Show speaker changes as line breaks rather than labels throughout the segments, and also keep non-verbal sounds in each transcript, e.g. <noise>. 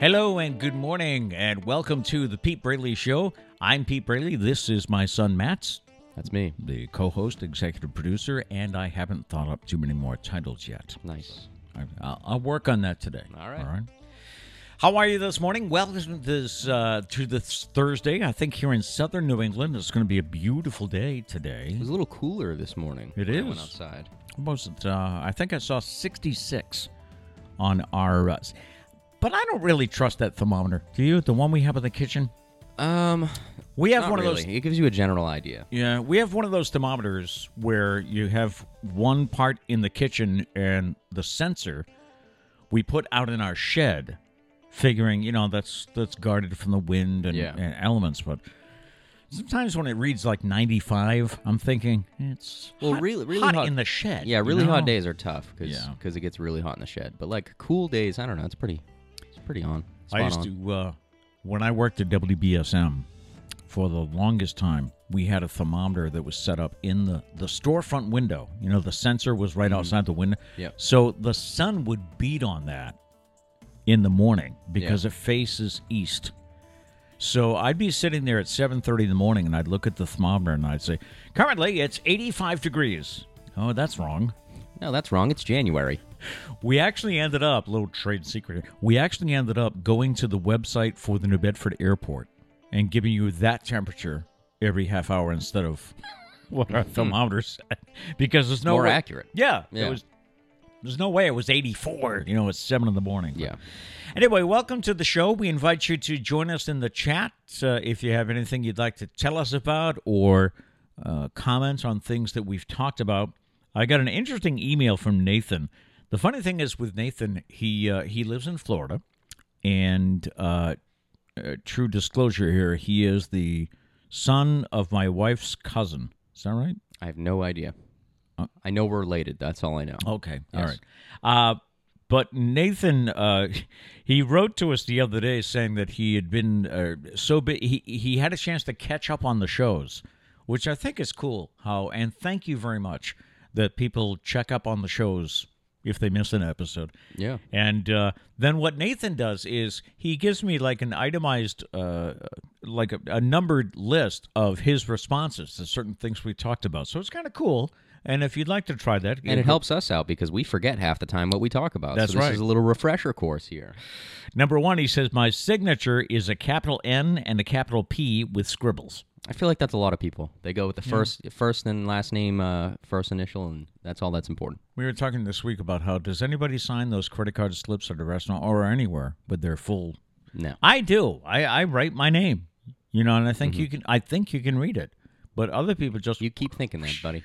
Hello and good morning, and welcome to the Pete Braley Show. I'm Pete Braley. This is my son, Matt,
That's me.
the co host, executive producer, and I haven't thought up too many more titles yet.
Nice.
I- I'll, I'll work on that today.
All right.
How are you this morning? Welcome this uh, to this Thursday. I think here in southern New England, it's going to be a beautiful day
It
today.
was a little cooler this morning.
It
when I went
is.
outside.
Almost, uh, I think I saw 66 on our, uh, s- but I don't really trust that thermometer. Do you? The one we have in the kitchen.
Um,
We have
not
one of
really.
those.
It gives you a general idea.
Yeah, we have one of those thermometers where you have one part in the kitchen and the sensor we put out in our shed, figuring you know that's that's guarded from the wind and,
Yeah.
and elements. But sometimes when it reads like ninety five, I'm thinking it's
Well,
hot,
really- really
hot,
hot-
in the shed.
Yeah,
you
really hot
know?
days are tough because
Yeah.
it gets really hot in the shed. But like cool days, I don't know. It's pretty. It's pretty on. Spot
I used
on.
to uh, when I worked at WBSM for the longest time. We had a thermometer that was set up in the the storefront window. You know, the sensor was
Mm-hmm.
right outside the window.
Yep.
So the sun would beat on that in the morning because it faces east. So I'd be sitting there at 7:30 in the morning and I'd look at the thermometer and I'd say, "Currently it's 85 degrees." Oh, that's wrong.
No, that's wrong. It's January.
We actually ended up, little trade secret, we actually ended up going to the website for the New Bedford airport and giving you that temperature every half hour
<laughs>
instead of what our thermometer said. <laughs> Because there's no
More
way-
accurate.
Yeah. It
Yeah.
was there's no way it was 84, you know, it's 7 in the morning.
Yeah.
Anyway, welcome to the show. We invite you to join us in the chat uh, if you have anything you'd like to tell us about or uh, comments on things that we've talked about. I got an interesting email from Nathan. The funny thing is with Nathan, he uh, he lives in Florida, and uh, uh, true disclosure here, he is the son of my wife's cousin. Is that right?
I have no idea.
Uh.
I know we're related. That's all I know.
Okay. All right. Uh, but Nathan, uh, he wrote to us the other day saying that he had been uh, so big, he, he had a chance to catch up on the shows, which I think is cool. How and thank you very much that people check up on the shows if they miss an episode.
Yeah.
And uh, then what Nathan does is he gives me like an itemized, uh, like a, a numbered list of his responses to certain things we talked about. So it's kind of cool. And if you'd like to try that,
And it helps us out because we forget half the time what we talk about.
That's
so this
right.
is a little refresher course here.
Number one, he says, My signature is a capital N and a capital P with scribbles.
I feel like that's a lot of people. They go with the first, first and last name, uh, first initial, and that's all that's important.
We were talking this week about how does anybody sign those credit card slips at a restaurant or anywhere with their full
No.
I do. I, I write my name. You know, and I think you can I think you can read it. But other people just
You keep thinking that, buddy.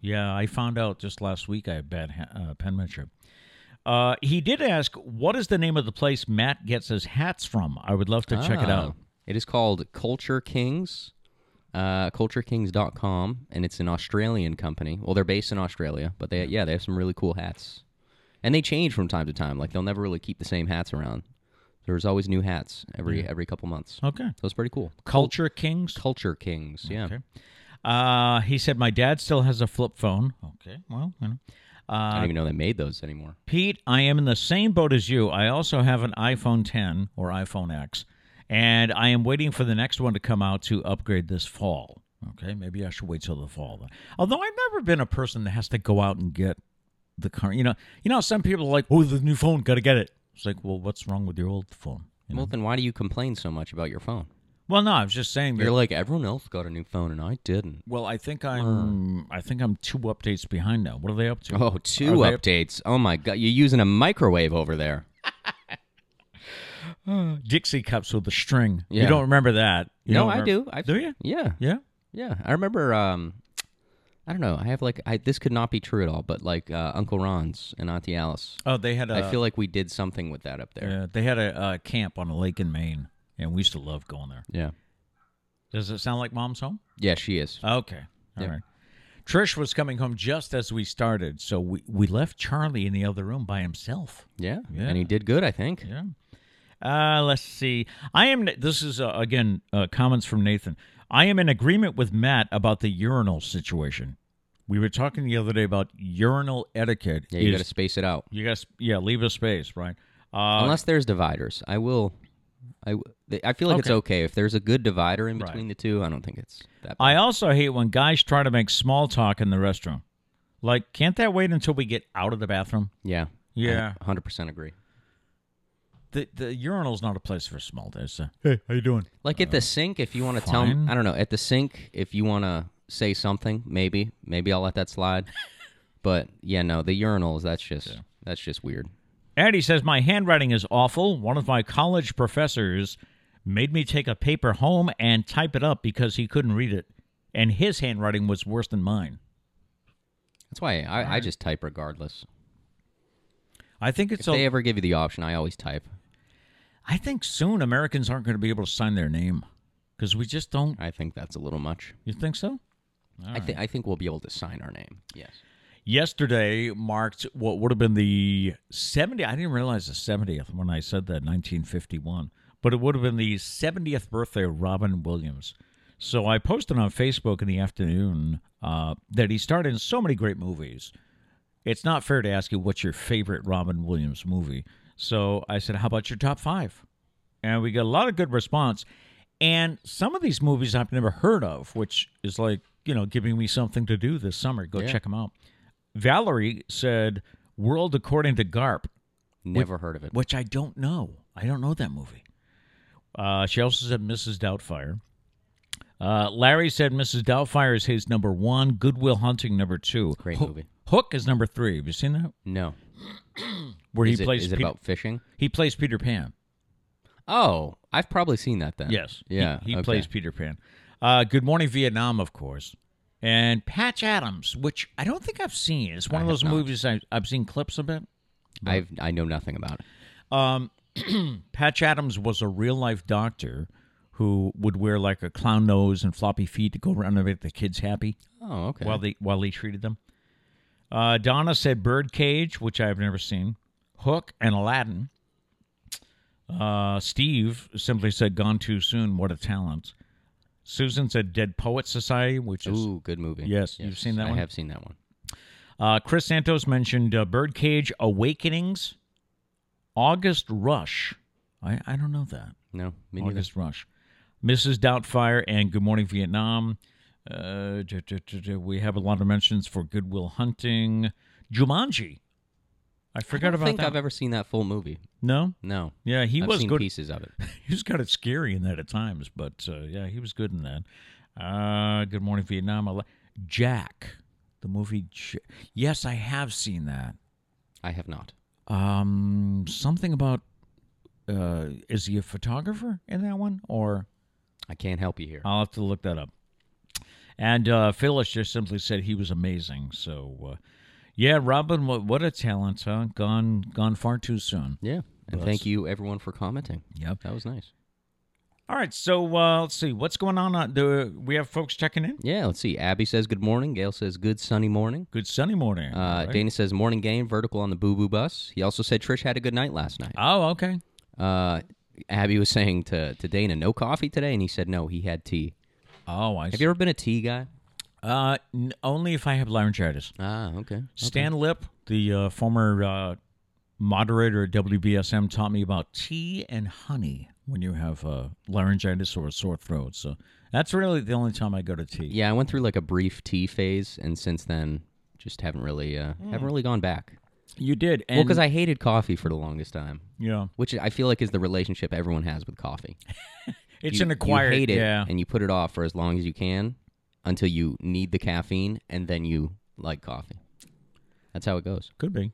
Yeah, I found out just last week I have bad ha- uh, penmanship. Uh, he did ask, "What is the name of the place Matt gets his hats from?" I would love to check it
Ah.
out.
It is called Culture Kings, uh, culturekings.com, and it's an Australian company. Well, they're based in Australia, but they yeah, they have some really cool hats. And they change from time to time. Like they'll never really keep the same hats around. There's always new hats every every couple months.
Okay,
So it's pretty cool.
Culture Kings.
Culture Kings, yeah.
Okay. Uh, he said, "My dad still has a flip phone." Okay, well, you know.
I
Uh,
don't even know they made those anymore.
Pete, I am in the same boat as you. I also have an iPhone 10 or iPhone X, and I am waiting for the next one to come out to upgrade this fall. Okay, maybe I should wait till the fall. Then. Although I've never been a person that has to go out and get the car. You know, you know, some people are like, "Oh, the new phone, got to get it." It's like, well, what's wrong with your old phone? You know?
Well, then why do you complain so much about your phone?
Well, no, I was just saying that.
You're like everyone else got a new phone and I didn't.
well, I think I'm. I think I'm two updates behind now. What are they up to?
Oh, two
Are they-
updates. Oh my god, you're using a microwave over there.
Dixie cups with the string. You
Yeah.
don't remember that? You
no,
don't
I do.
remember-
I
Do you?
Yeah.
Yeah.
Yeah, I remember. Um, I don't know. I have like I, this could not be true at all, but like uh, Uncle Ron's and Auntie Alice.
Oh, they had a.
I feel like we did something with that up there.
yeah, they had a, uh camp on a lake in Maine, and we used to love going there.
Yeah,
Does it sound like Mom's home?
yeah, she is.
Okay, all right.
Yeah.
Trish was coming home just as we started, so we, we left Charlie in the other room by himself.
Yeah.
Yeah.
and he did good. I think.
Yeah. Uh, let's see. I am. This is uh, again uh, comments from Nathan. I am in agreement with Matt about the urinal situation. We were talking the other day about urinal etiquette.
Yeah, you
is
got to space it out.
You guys, yeah, leave a space, right? Uh,
Unless there's dividers, I will. I, w- th- I feel like it's okay if there's a good divider in
Right.
between the two. I don't think it's that.
I also hate when guys try to make small talk in the restroom. Like, can't that wait until we get out of the bathroom?
yeah.
Yeah.
Hundred percent agree.
The the urinal's not a place for small. There's a hey, how you doing?
Like at the sink, if you want to tell me,
fine.
I don't know. At the sink, if you want to say something, maybe, maybe I'll let that
<laughs>
slide. but yeah, no, the urinals. That's just that's just weird.
Eddie says my handwriting is awful. One of my college professors made me take a paper home and type it up because he couldn't read it, and his handwriting was worse than mine.
That's why I, I just type regardless.
I think it's.
if they
A,
ever give you the option, I always type.
I think soon Americans aren't going to be able to sign their name because we just don't.
I think that's a little much.
You think so?
I think I think we'll be able to sign our name. Yes.
Yesterday marked what would have been the 70th. I didn't realize the 70th when I said that 1951, but it would have been the 70th birthday of Robin Williams. So I posted on Facebook in the afternoon uh, that he starred in so many great movies. It's not fair to ask you what's your favorite Robin Williams movie. So I said, How about your top five? And we got a lot of good response. And some of these movies I've never heard of, which is like, you know, giving me something to do this summer. Go check 'em check them out. Valerie said World According to Garp,
Never heard of it.
which I don't know. I don't know that movie. Uh, she also said Mrs. Doubtfire. Uh, Larry said Mrs. Doubtfire is his number one. Goodwill Hunting number two.
Great
Hook-
movie.
Hook is number three. Have you seen that?
No.
Where
Is
he
it-
plays
is it
Pe-
about fishing?
he plays Peter Pan.
Oh, I've probably seen that then.
Yes. He-
Yeah.
He,
okay.
plays Peter Pan. Uh, Good Morning Vietnam, of course. And Patch Adams, which I don't think I've seen. It's one
I
of
have
those
not.
movies I, I've seen clips of it.
I've I know nothing about it.
Um, Patch Adams was a real life doctor who would wear like a clown nose and floppy feet to go around and make the kids happy
Oh, okay.
while they while he treated them. Uh, Donna said Birdcage, which I've never seen, Hook and Aladdin. Uh, Steve simply said Gone Too Soon. What a talent. Susan said Dead Poets Society, which is
Ooh, good movie.
Yes, you've seen that one?
I have seen that one.
uh, Chris Santos mentioned uh, Birdcage, Awakenings, August Rush. I, I don't know that.
No, me neither.
August Rush, Mrs. Doubtfire, and Good Morning Vietnam. Uh, duh, duh, duh, duh. we have a lot of mentions for Goodwill Hunting, Jumanji. I forgot
I don't
about
think
that.
I've ever seen that full movie.
no,
No.
yeah, he
I've
was
seen
good.
pieces of it.
He was kind of scary in that at times, but uh, yeah, he was good in that. Uh, Good Morning Vietnam, I li- Jack, the movie. J- yes, I have seen that.
I have not.
Um, something about uh, is he a photographer in that one or?
I can't help you here.
I'll have to look that up. And uh, Phyllis just simply said he was amazing. So, uh, yeah, Robin, what, what a talent, huh? Gone, gone far too soon.
yeah. And thank you everyone for commenting.
Yep.
That was nice.
All right, so uh, let's see what's going on. Uh, do we have folks checking in?
Yeah, let's see. Abby says good morning. Gail says good sunny morning.
Good sunny morning.
Uh,
All right.
Dana says morning game, vertical on the boo boo bus. He also said Trish had a good night last night.
Oh, okay.
Uh, Abby was saying to, to Dana, no coffee today? And he said, no, he had tea.
Oh, I
Have
see.
you ever been a tea guy?
Uh, n- only if I have laryngitis.
Ah, okay.
Stan Lip, the uh, former uh, moderator at WBSM, taught me about tea and honey when you have uh, laryngitis or a sore throat. So that's really the only time I go to tea.
Yeah, I went through like a brief tea phase, and since then, just haven't really uh,
Mm.
haven't really gone back.
You did, and
Well, because I hated coffee for the longest time,
yeah,
which I feel like is the relationship everyone has with coffee.
it's
you,
an acquired.
You hate it,
yeah,
and you put it off for as long as you can until you need the caffeine, and then you like coffee. That's how it goes.
could be.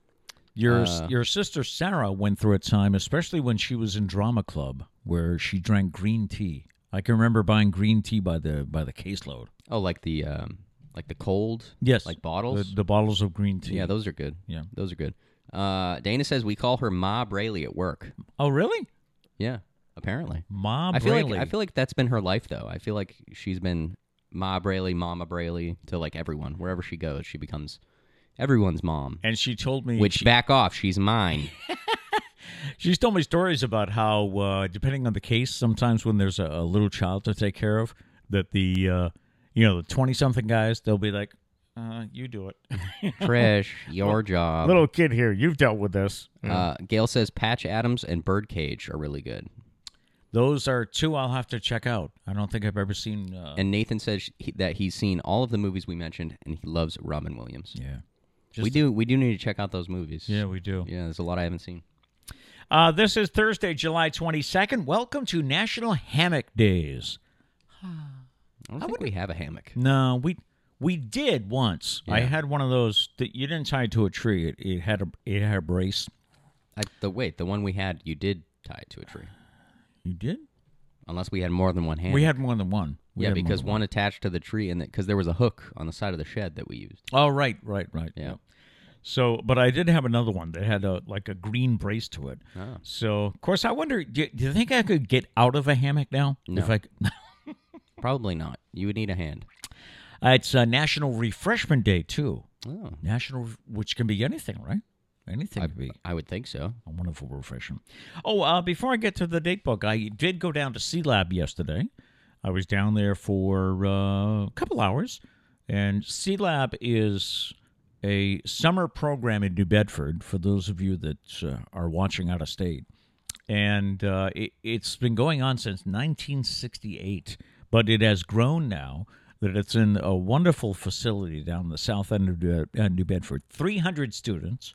Your
Uh.
your sister Sarah went through a time, especially when she was in drama club, where she drank green tea. I can remember buying green tea by the by the caseload.
Oh, like the um, like the cold,
Yes,
like bottles.
the, the bottles of green tea.
yeah, those are good.
Yeah.
those are good. Uh, Dana says we call her Ma Braley at work.
oh, really?
Yeah, apparently.
Ma
I feel
Braley.
like I feel like that's been her life though. I feel like she's been Ma Braley, Mama Braley to like everyone. Wherever she goes, she becomes everyone's mom.
and she told me
Which back off, she's
<laughs>
mine.
She's told me stories about how, uh, depending on the case, sometimes when there's a, a little child to take care of, that the uh, you know the twenty something guys they'll be like, Uh, you do it. <laughs>
Trish, your job.
Little Mm. kid here, you've dealt with this.
Uh, Gail says Patch Adams and Birdcage are really good.
Those are two I'll have to check out. I don't think I've ever seen. Uh,
And Nathan says he, that he's seen all of the movies we mentioned and he loves Robin Williams.
yeah,
we do we do need to check out those movies.
yeah, we do.
Yeah, there's a lot I haven't seen.
Uh, this is Thursday, July 22nd. Welcome to National Hammock Days.
I don't think we have a hammock.
No, we we did once. I had one of those that you didn't tie it to a tree. It, it had a it had a brace.
I, the wait, the one we had, you did tie it to a tree,
You did?
unless we had more than one hammock.
We had more than one. We
yeah,
had more
because
than
one attached to the tree, and because there was a hook on the side of the shed that we used.
Oh, right, right, right.
Yeah.
So, but I did have another one that had a like a green brace to it.
Ah.
So, of course, I wonder. Do, do you think I could get out of a hammock now? No. If I, c- <laughs>
Probably not. You would need a hand.
Uh, it's uh, National Refreshment Day too.
Oh,
National, which can be anything, right? Anything
I,
could be.
I would think so.
a wonderful refreshment. Oh, uh, before I get to the date book, I did go down to C Lab yesterday. I was down there for uh, a couple hours, and C Lab is a summer program in New Bedford for those of you that uh, are watching out of state. And uh, it, it's been going on since 1968, but it has grown now that it's in a wonderful facility down the south end of New- uh, New Bedford. 300 students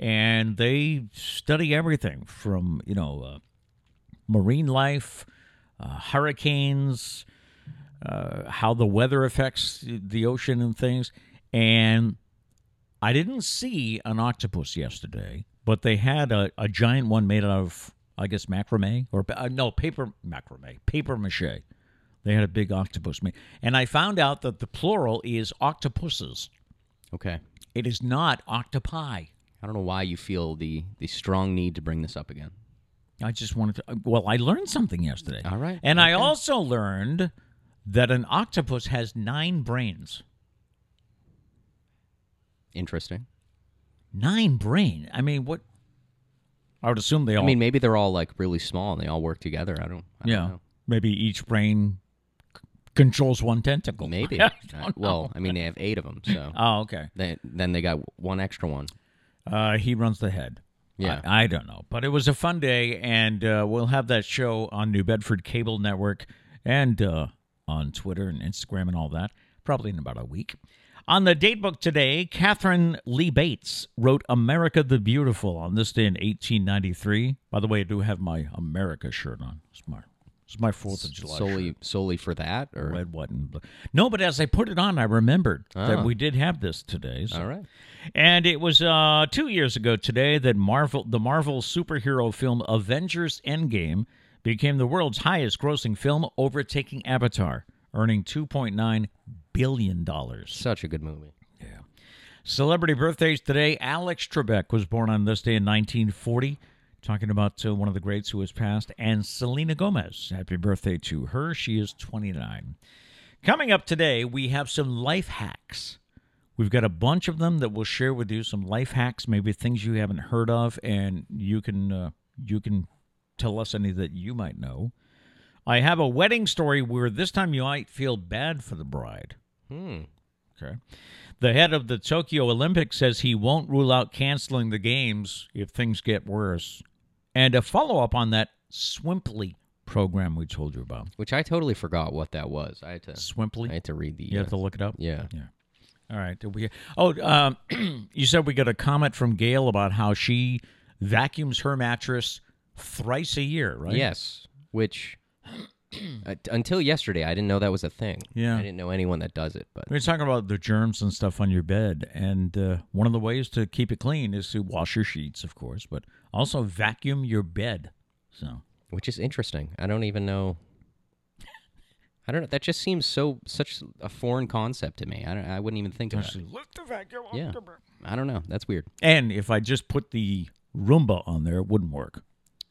and they study everything from you know uh, marine life, uh, hurricanes, uh, how the weather affects the ocean and things. And I didn't see an octopus yesterday, but they had a, a giant one made out of I guess macrame or uh, no paper macrame paper mache. They had a big octopus made, and I found out that the plural is octopuses.
Okay.
It is not octopi.
I don't know why you feel the the strong need to bring this up again.
I just wanted to. Well, I learned something yesterday.
All right.
And I also learned that an octopus has nine brains.
Interesting.
Nine brain. I mean, what? I would assume they all.
I mean, maybe they're all like really small and they all work together. I don't. I
yeah.
Don't know.
Maybe each brain c- controls one tentacle.
Maybe.
<laughs> I
Uh,
don't know.
well, I mean, they have eight of them,
<laughs>
so
Oh, okay.
they, then they got one extra one.
Uh, he runs the head.
Yeah.
I, I don't know. But it was a fun day, and uh, we'll have that show on New Bedford Cable Network and uh, on Twitter and Instagram and all that, probably in about a week. On the date book today, Catherine Lee Bates wrote America the Beautiful on this day in 1893. By the way, I do have my America shirt on. It's my, it's my 4th of July shirt.
solely solely for that, or
Red, white, and blue. No, but as I put it on, I remembered that we did have this today. So
Ah. all right.
and it was uh, two years ago today that Marvel, the Marvel superhero film Avengers Endgame, became the world's highest grossing film, overtaking Avatar, earning $2.9 billion.
Such a good movie.
Celebrity birthdays today. Alex Trebek was born on this day in 1940. Talking about uh, one of the greats who has passed, and Selena Gomez. Happy birthday to her. She is 29. Coming up today, we have some life hacks. We've got a bunch of them that we'll share with you. Some life hacks, maybe things you haven't heard of, and you can uh, you can tell us any that you might know. I have a wedding story where this time you might feel bad for the bride.
Hmm.
Okay. The head of the Tokyo Olympics says he won't rule out canceling the games if things get worse. And a follow up on that Swimply program we told you about.
Which I totally forgot what that was. I had to
Swimply?
I had to read the.
You
uh,
have to look it up?
yeah.
All right. Did we, oh, um, <clears throat> you said we got a comment from Gail about how she vacuums her mattress thrice a year, right?
Yes. Which uh, t- until yesterday, I didn't know that was a thing.
Yeah.
I didn't know anyone that does it, but
We We're talking about the germs and stuff on your bed, and uh, one of the ways to keep it clean is to wash your sheets, of course, but also vacuum your bed. So
which is interesting. I don't even know. I don't know. That just seems so such a foreign concept to me. I don't, I wouldn't even think about it.
lift the vacuum.
Yeah. I don't know. That's weird.
And if I just put the Roomba on there, it wouldn't work.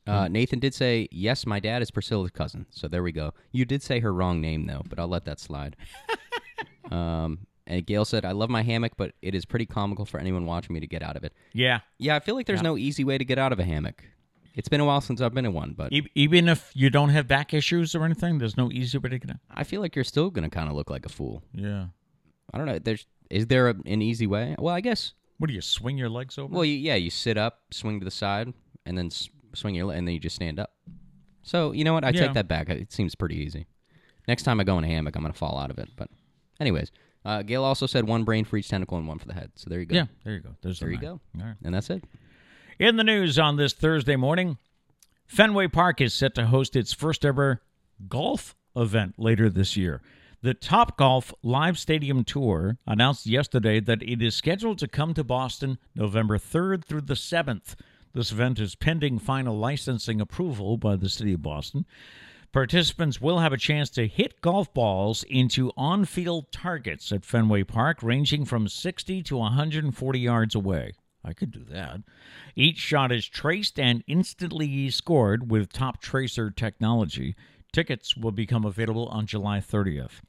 Uh,
Hmm.
Nathan did say, yes, my dad is Priscilla's cousin. So there we go. You did say her wrong name, though, but I'll let that
<laughs>
slide. um, and Gail said, I love my hammock, but it is pretty comical for anyone watching me to get out of it.
Yeah.
Yeah, I feel like there's no easy way to get out of a hammock. It's been a while since I've been in one, but
E- even if you don't have back issues or anything, there's no easy way to get out.
I feel like you're still going to kind of look like a fool.
Yeah.
I don't know. There's Is there a, an easy way? Well, I guess.
What do you swing your legs over?
Well, you, yeah, you sit up, swing to the side, and then s- swing your leg, and then you just stand up. So you know what? I
Yeah.
take that back. It seems pretty easy. Next time I go in a hammock, I'm gonna fall out of it. But, anyways, uh, Gail also said one brain for each tentacle and one for the head. So there you go.
yeah, there you go. There's the
There you
nine.
go.
All right.
And that's it.
In the news on this Thursday morning, Fenway Park is set to host its first ever golf event later this year. The Top Golf Live Stadium Tour announced yesterday that it is scheduled to come to Boston November 3rd through the 7th. This event is pending final licensing approval by the City of Boston. Participants will have a chance to hit golf balls into on field targets at Fenway Park, ranging from 60 to 140 yards away. I could do that. Each shot is traced and instantly scored with top tracer technology. Tickets will become available on July 30th.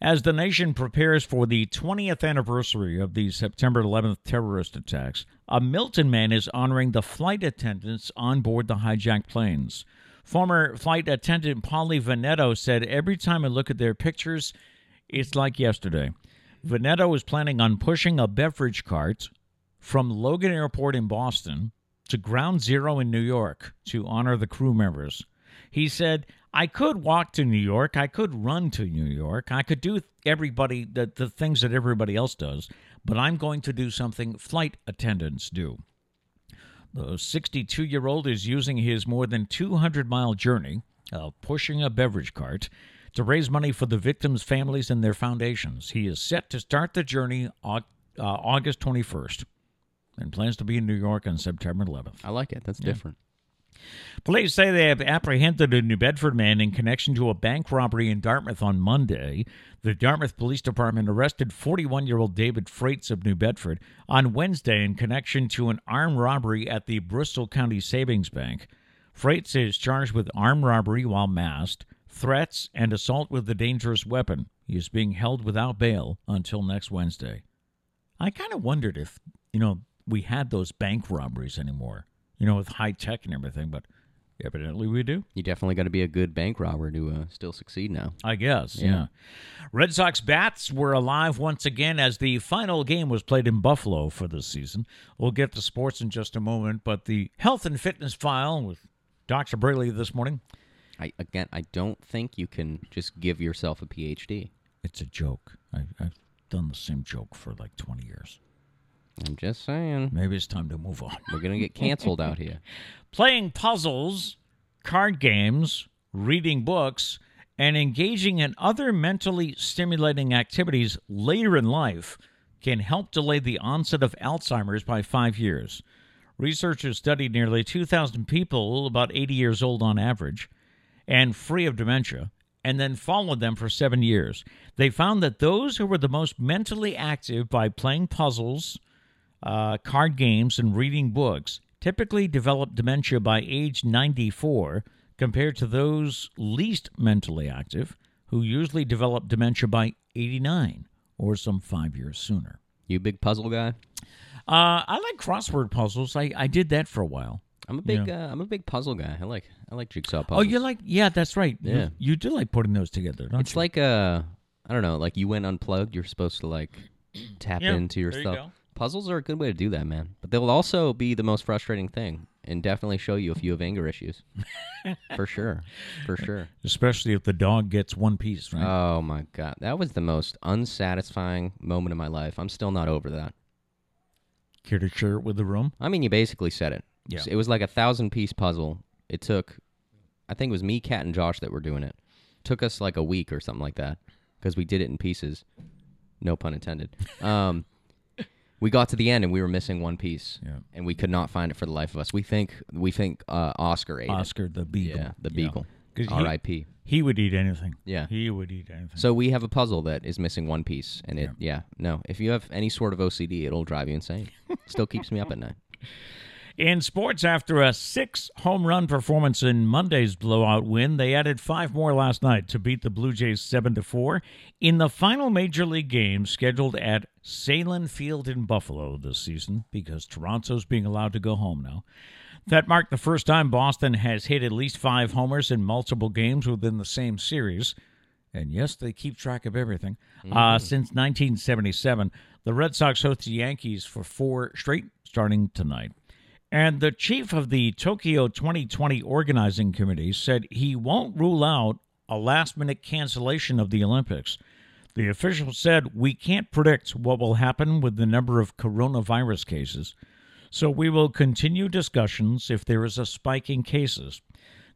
As the nation prepares for the 20th anniversary of the September 11th terrorist attacks, a Milton man is honoring the flight attendants on board the hijacked planes. Former flight attendant Polly Veneto said, Every time I look at their pictures, it's like yesterday. Veneto is planning on pushing a beverage cart from Logan Airport in Boston to Ground Zero in New York to honor the crew members. He said, I could walk to New York. I could run to New York. I could do everybody the, the things that everybody else does, but I'm going to do something flight attendants do. The 62 year old is using his more than 200 mile journey of pushing a beverage cart to raise money for the victims' families and their foundations. He is set to start the journey Au- uh, August 21st and plans to be in New York on September 11th.
I like it. That's different.
Police say they have apprehended a New Bedford man in connection to a bank robbery in Dartmouth on Monday. The Dartmouth Police Department arrested 41 year old David Freites of New Bedford on Wednesday in connection to an armed robbery at the Bristol County Savings Bank. Freites is charged with armed robbery while masked, threats, and assault with a dangerous weapon. He is being held without bail until next Wednesday. I kind of wondered if, you know, we had those bank robberies anymore, you know, with high tech and everything, but evidently we do.
You definitely got to be a good bank robber to uh, still succeed now.
I guess, yeah. Red Sox bats were alive once again as the final game was played in Buffalo for the season. We'll get to sports in just a moment, but the health and fitness file with Dr. Braley this morning,
I again, I don't think you can just give yourself a PhD.
it's a joke. I, I've done the same joke for like 20 years.
I'm just saying,
Maybe it's time to move on.
we're gonna get canceled out here.
playing puzzles, card games, reading books, and engaging in other mentally stimulating activities later in life can help delay the onset of Alzheimer's by five years. Researchers studied nearly 2,000 people about 80 years old on average and free of dementia, and then followed them for seven years. They found that those who were the most mentally active by playing puzzles, uh, card games, and reading books typically develop dementia by age 94 compared to those least mentally active, who usually develop dementia by 89 or some five years sooner.
You big puzzle guy.
Uh, I like crossword puzzles. I, I did that for a while.
I'm a big uh, I'm a big puzzle guy. I like I like jigsaw puzzles.
Oh, you like? Yeah, that's right. You-
Yeah.
You, do like putting those together, don't
It's
you?
like uh I don't know, like you went unplugged, you're supposed to like tap
Yeah,
into your
there you
stuff.
go.
Puzzles are a good way to do that, man. But they'll also be the most frustrating thing and definitely show you if you have anger
<laughs>
issues. For sure. For sure.
Especially if the dog gets one piece, right?
Oh my god. That was the most unsatisfying moment of my life. I'm still not over that.
Care to share it with the room?
I mean, you basically said it.
Yeah.
It was like a thousand piece puzzle. It took, I think it was me, Kat, and Josh that were doing it. Took us like a week or something like that because we did it in pieces. No pun
<laughs>
intended. Um, we got to the end and we were missing one piece,
Yeah.
and we could not find it for the life of us. We think we think uh, Oscar ate it.
Oscar the beagle.
Yeah, the
Yeah.
beagle.
'Cause he-
R.I.P.
He would eat anything.
Yeah.
He would eat anything.
So we have a puzzle that is missing one piece, and it yeah no. If you have any sort of OCD, it'll drive you
<laughs>
insane. Still keeps me up at night.
In sports, after a six home run performance in Monday's blowout win, they added five more last night to beat the Blue Jays 7 to 4 in the final major league game scheduled at Salem Field in Buffalo this season because Toronto's being allowed to go home now. That marked the first time Boston has hit at least five homers in multiple games within the same series. And yes, they keep track of everything. Uh, since 1977, the Red Sox host the Yankees for four straight starting tonight. And the chief of the Tokyo 2020 organizing committee said he won't rule out a last minute cancellation of the Olympics. The official said, We can't predict what will happen with the number of coronavirus cases, so we will continue discussions if there is a spike in cases.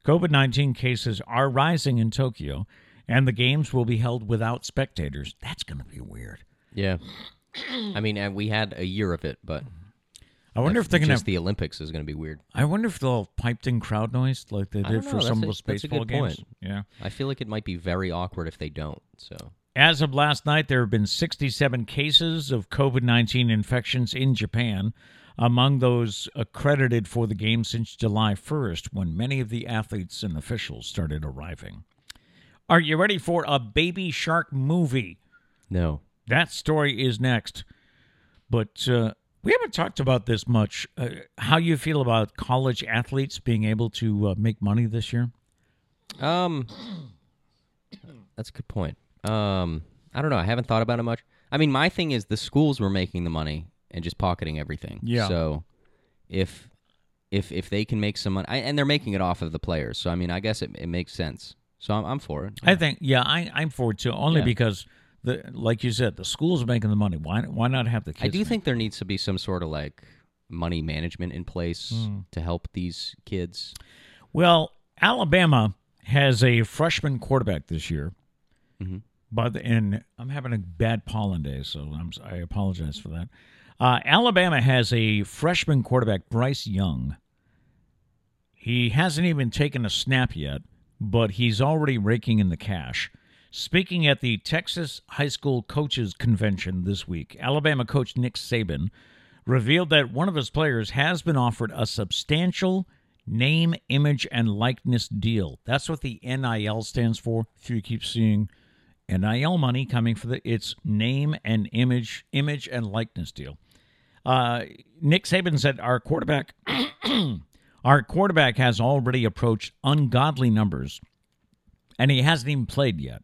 COVID 19 cases are rising in Tokyo, and the games will be held without spectators. That's going to be weird.
Yeah. I mean, and we had a year of it, but
I wonder if they're going to
just the Olympics is going to be weird.
I wonder if they'll have piped in crowd noise like they did
don't
for
know.
some of
That's
those
a- that's a
baseball
good
games.
point.
Yeah.
I feel like it might be very awkward if they don't. So
As of last night, there have been 67 cases of COVID 19 infections in Japan, among those accredited for the game since July 1st, when many of the athletes and officials started arriving. Are you ready for a baby shark movie?
no,
That story is next. But uh, we haven't talked about this much. Uh, how you feel about college athletes being able to uh, make money this year?
um, that's a good point. Um, I don't know. I haven't thought about it much. I mean, my thing is the schools were making the money and just pocketing everything.
Yeah.
So if if if they can make some money, I, and they're making it off of the players, so I mean, I guess it, it makes sense. So I'm, I'm for it.
I think, yeah, I, I'm for it too, only
Yeah.
because the like you said, the school's making the money. Why why not have the kids?
I do
make-
think there needs to be some sort of like money management in place
Hmm.
to help these kids.
Well, Alabama has a freshman quarterback this year,
Mhm.
but and I'm having a bad pollen day, so I'm s- I apologize for that. Uh, Alabama has a freshman quarterback, Bryce Young. He hasn't even taken a snap yet, but he's already raking in the cash. Speaking at the Texas High School Coaches Convention this week, Alabama coach Nick Saban revealed that one of his players has been offered a substantial name, image, and likeness deal. That's what the NIL stands for. If you keep seeing NIL money coming for the its name and image, image and likeness deal. Uh, Nick Saban said our quarterback our quarterback has already approached ungodly numbers, and he hasn't even played yet.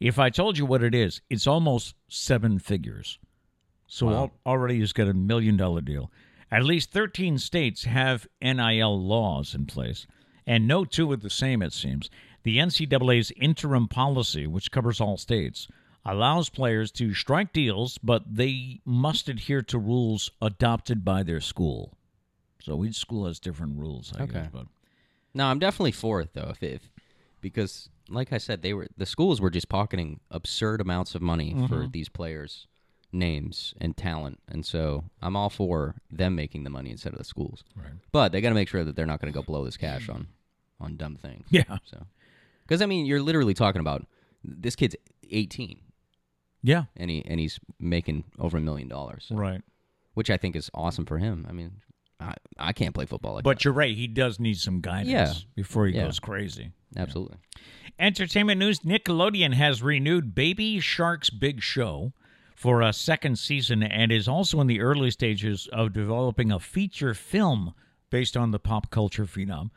If I told you what it is, it's almost seven figures. So al- already he's got a million dollar deal. At least 13 states have NIL laws in place, and no two are the same, it seems. The NCAA's interim policy, which covers all states, allows players to strike deals, but they must adhere to rules adopted by their school. So each school has different rules, I guess.
Okay.
But <laughs>
No, I'm definitely for it though. If, if because like I said, they were the schools were just pocketing absurd amounts of money
Mm-hmm.
for these players' names and talent, and so I'm all for them making the money instead of the schools. Right. But they got to make sure that they're not going to go blow this cash on on dumb things.
yeah,
So because I mean, you're literally talking about this kid's 18
yeah,
and he and he's making over a million dollars,
right.
which I think is awesome for him. I mean, I I can't play football like
But you're right. He does need some guidance
Yeah.
before he
Yeah.
goes crazy.
that. absolutely.
Entertainment news Nickelodeon has renewed Baby Shark's Big Show for a second season and is also in the early stages of developing a feature film based on the pop culture phenom.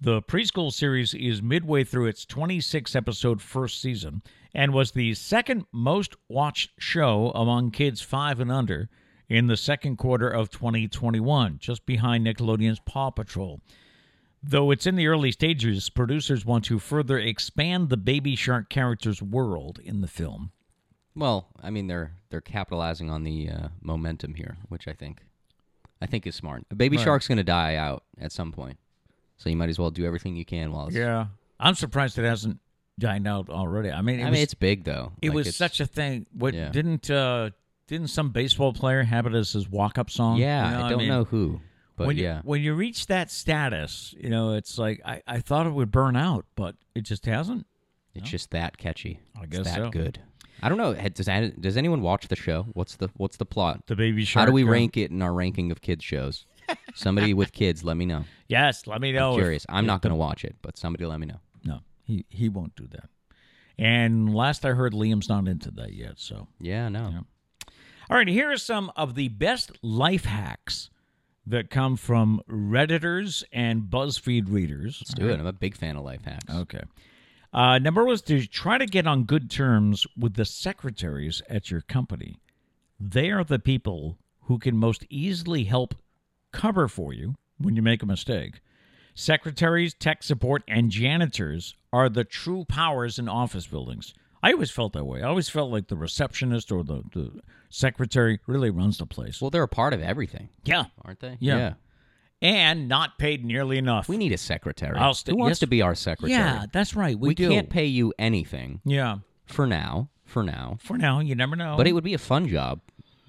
The preschool series is midway through its 26 episode first season and was the second most watched show among kids 5 and under in the second quarter of 2021, just behind Nickelodeon's Paw Patrol. Though it's in the early stages, producers want to further expand the baby shark character's world in the film.
Well, I mean they're they're capitalizing on the uh, momentum here, which I think I think is smart. A baby shark's going to die out at some point, so you might as well do everything you can while it's.
Yeah. I'm surprised it hasn't died out already. I mean, it
I
was,
mean, it's big though.
it
Like,
was
it's-
such a thing. What
Yeah.
didn't uh didn't some baseball player have it as his walk-up song?
Yeah,
You what
I don't
mean?
know who, but
when
yeah,
you, when you reach that status, you know, it's like I, I thought it would burn out, but it just hasn't.
it's just that catchy.
I
It's
guess
that
so.
good. I don't know. had- Does an- does anyone watch the show? What's the what's the plot?
The baby shark.
How do we
uh,
rank it in our ranking of kids shows? somebody with kids, let me know.
Yes, let me know. Oh, if-
Curious. I'm not going to watch it, but somebody let me know.
No, he he won't do that. And last I heard, Liam's not into that yet. So,
Yeah, no.
all right, here are some of the best life hacks that come from Redditors and BuzzFeed readers.
Let's do it. I'm a big fan of life hacks.
Okay. Uh, number was to try to get on good terms with the secretaries at your company. They are the people who can most easily help cover for you when you make a mistake. Secretaries, tech support, and janitors are the true powers in office buildings. I always felt that way. I always felt like the receptionist or the, the secretary really runs the place.
Well, they're a part of everything,
yeah.
aren't they?
Yeah. And not paid nearly enough.
We need a secretary.
I'll st-
Who wants
yes.
to be our secretary?
yeah, that's right. We,
we
do.
can't pay you anything
yeah.
for now. For now.
For now, you never know.
But it would be a fun job.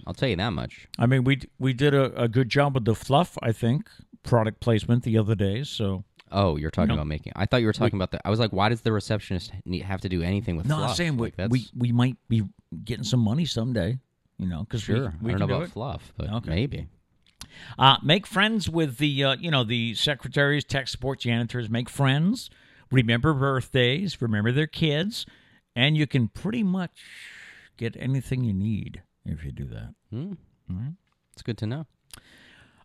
I'll tell you that much.
I mean, we we did a, a good job with the fluff, I think, product placement the other day. So
Oh, you're talking about making. I thought you were talking about that. I was like, why does the receptionist need, have to do anything with
no,
fluff?
same
Like,
with
that's,
we we might be getting some money someday, you know, because
sure.
we, we
I
can
don't know
do
about
it.
fluff, but
Okay.
maybe.
Uh, make friends with the uh, you know the secretaries, tech support, janitors. Make friends. Remember birthdays. Remember their kids, and you can pretty much get anything you need if you do that.
It's good to know.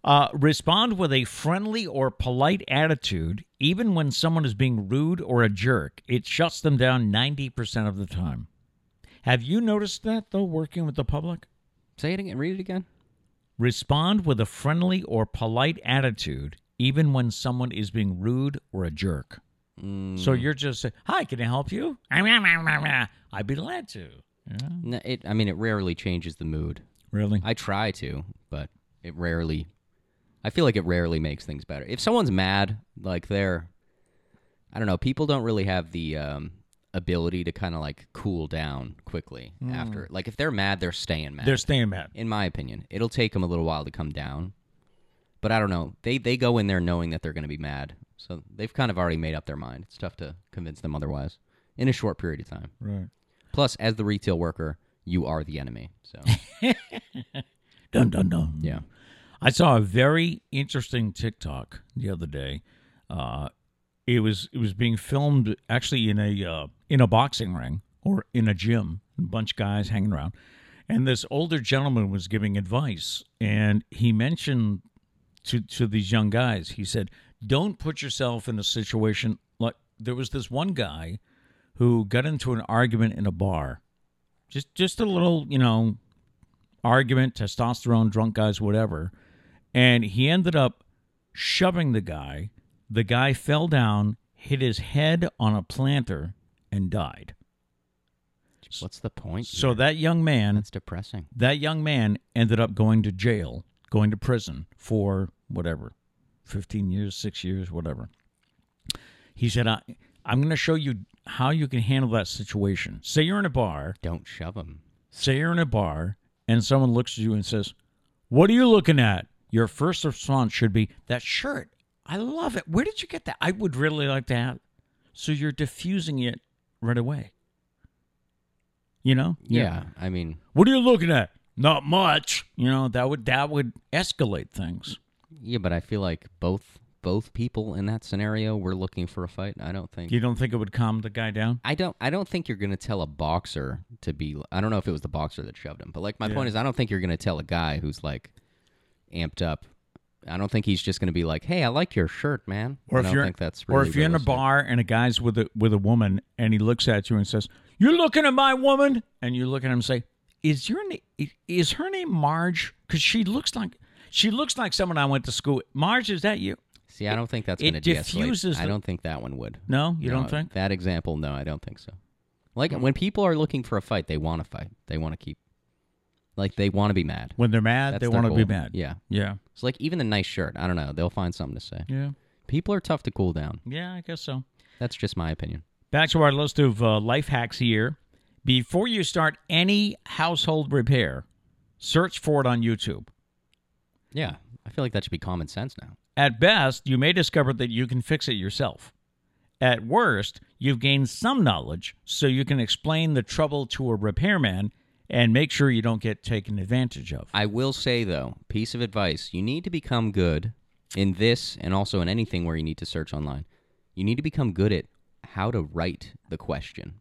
Uh, respond with a friendly or polite attitude, even when someone is being rude or a jerk. It shuts them down 90% of the time. Have you noticed that, though, working with the public?
Say it again. Read it again.
Respond with a friendly or polite attitude, even when someone is being rude or a jerk. So you're just, say, hi, can I help you? <laughs> I'd be glad to. Yeah.
No, it. I mean, it rarely changes the mood.
Really?
I try to, but it rarely. I feel like it rarely makes things better. If someone's mad, like they're, I don't know, people don't really have the um, ability to kind of like cool down quickly after. Like if they're mad, they're staying mad.
They're staying mad.
in my opinion, it'll take them a little while to come down. But I don't know. They they go in there knowing that they're going to be mad, so they've kind of already made up their mind. It's tough to convince them otherwise in a short period of time.
Right.
Plus, as the retail worker, you are the enemy. So
Dun, dun, dun.
yeah.
I saw a very interesting TikTok the other day. Uh, it was it was being filmed actually in a uh, in a boxing ring or in a gym, a bunch of guys hanging around, and this older gentleman was giving advice, and he mentioned to to these young guys, he said, "Don't put yourself in a situation like there was this one guy who got into an argument in a bar, just just a little, you know, argument, testosterone, drunk guys, whatever. And he ended up shoving the guy. The guy fell down, hit his head on a planter, and died.
What's the point?
So that young man,
That's depressing.
that young man ended up going to jail, going to prison for whatever, 15 years, 6 years, whatever. He said, I, I'm going to show you how you can handle that situation. Say you're in a bar
Don't shove them.
Say you're in a bar and someone looks at you and says, What are you looking at? Your first response should be, That shirt. I love it. Where did you get that? I would really like to have. it." So you're diffusing it right away. You know?
Yeah. I mean,
What are you looking at? Not much. You know, that would that would escalate things.
yeah, but I feel like both both people in that scenario were looking for a fight. I don't think.
You don't think it would calm the guy down?
I don't. I don't think you're gonna tell a boxer to be. I don't know if it was the boxer that shoved him, but like my point is, I don't think you're gonna tell a guy who's like amped up. I don't think he's just gonna be like, "Hey, I like your shirt, man." I don't
you're
think that's
or
really
if you're in a
realistic.
bar and a guy's with a with a woman and he looks at you and says, "You're looking at my woman," and you look at him and say, "Is your na- is her name Marge? Because she looks like she looks like someone I went to school. with. Marge, is that you?
See, I don't think that's
it
gonna de-escalate.
diffuses
I
the-
don't think that one would.
No, you
No,
don't think? Hmm.
that example? No, I don't think so. Like when people are looking for a fight, they want to fight. They want to keep. Like they want to be mad.
When they're mad,
That's
they
their
want to be
goal.
mad.
Yeah.
yeah,
It's like even the nice shirt. I don't know. They'll find something to say.
yeah,
People are tough to cool down.
yeah. I guess so.
That's just my opinion.
Back to our list of uh, life hacks here. Before you start any household repair, search for it on YouTube.
Yeah, I feel like that should be common sense now.
At best, you may discover that you can fix it yourself. At worst, you've gained some knowledge so you can explain the trouble to a repairman and make sure you don't get taken advantage of.
I will say though, piece of advice: you need to become good in this, and also in anything where you need to search online. You need to become good at how to write the question,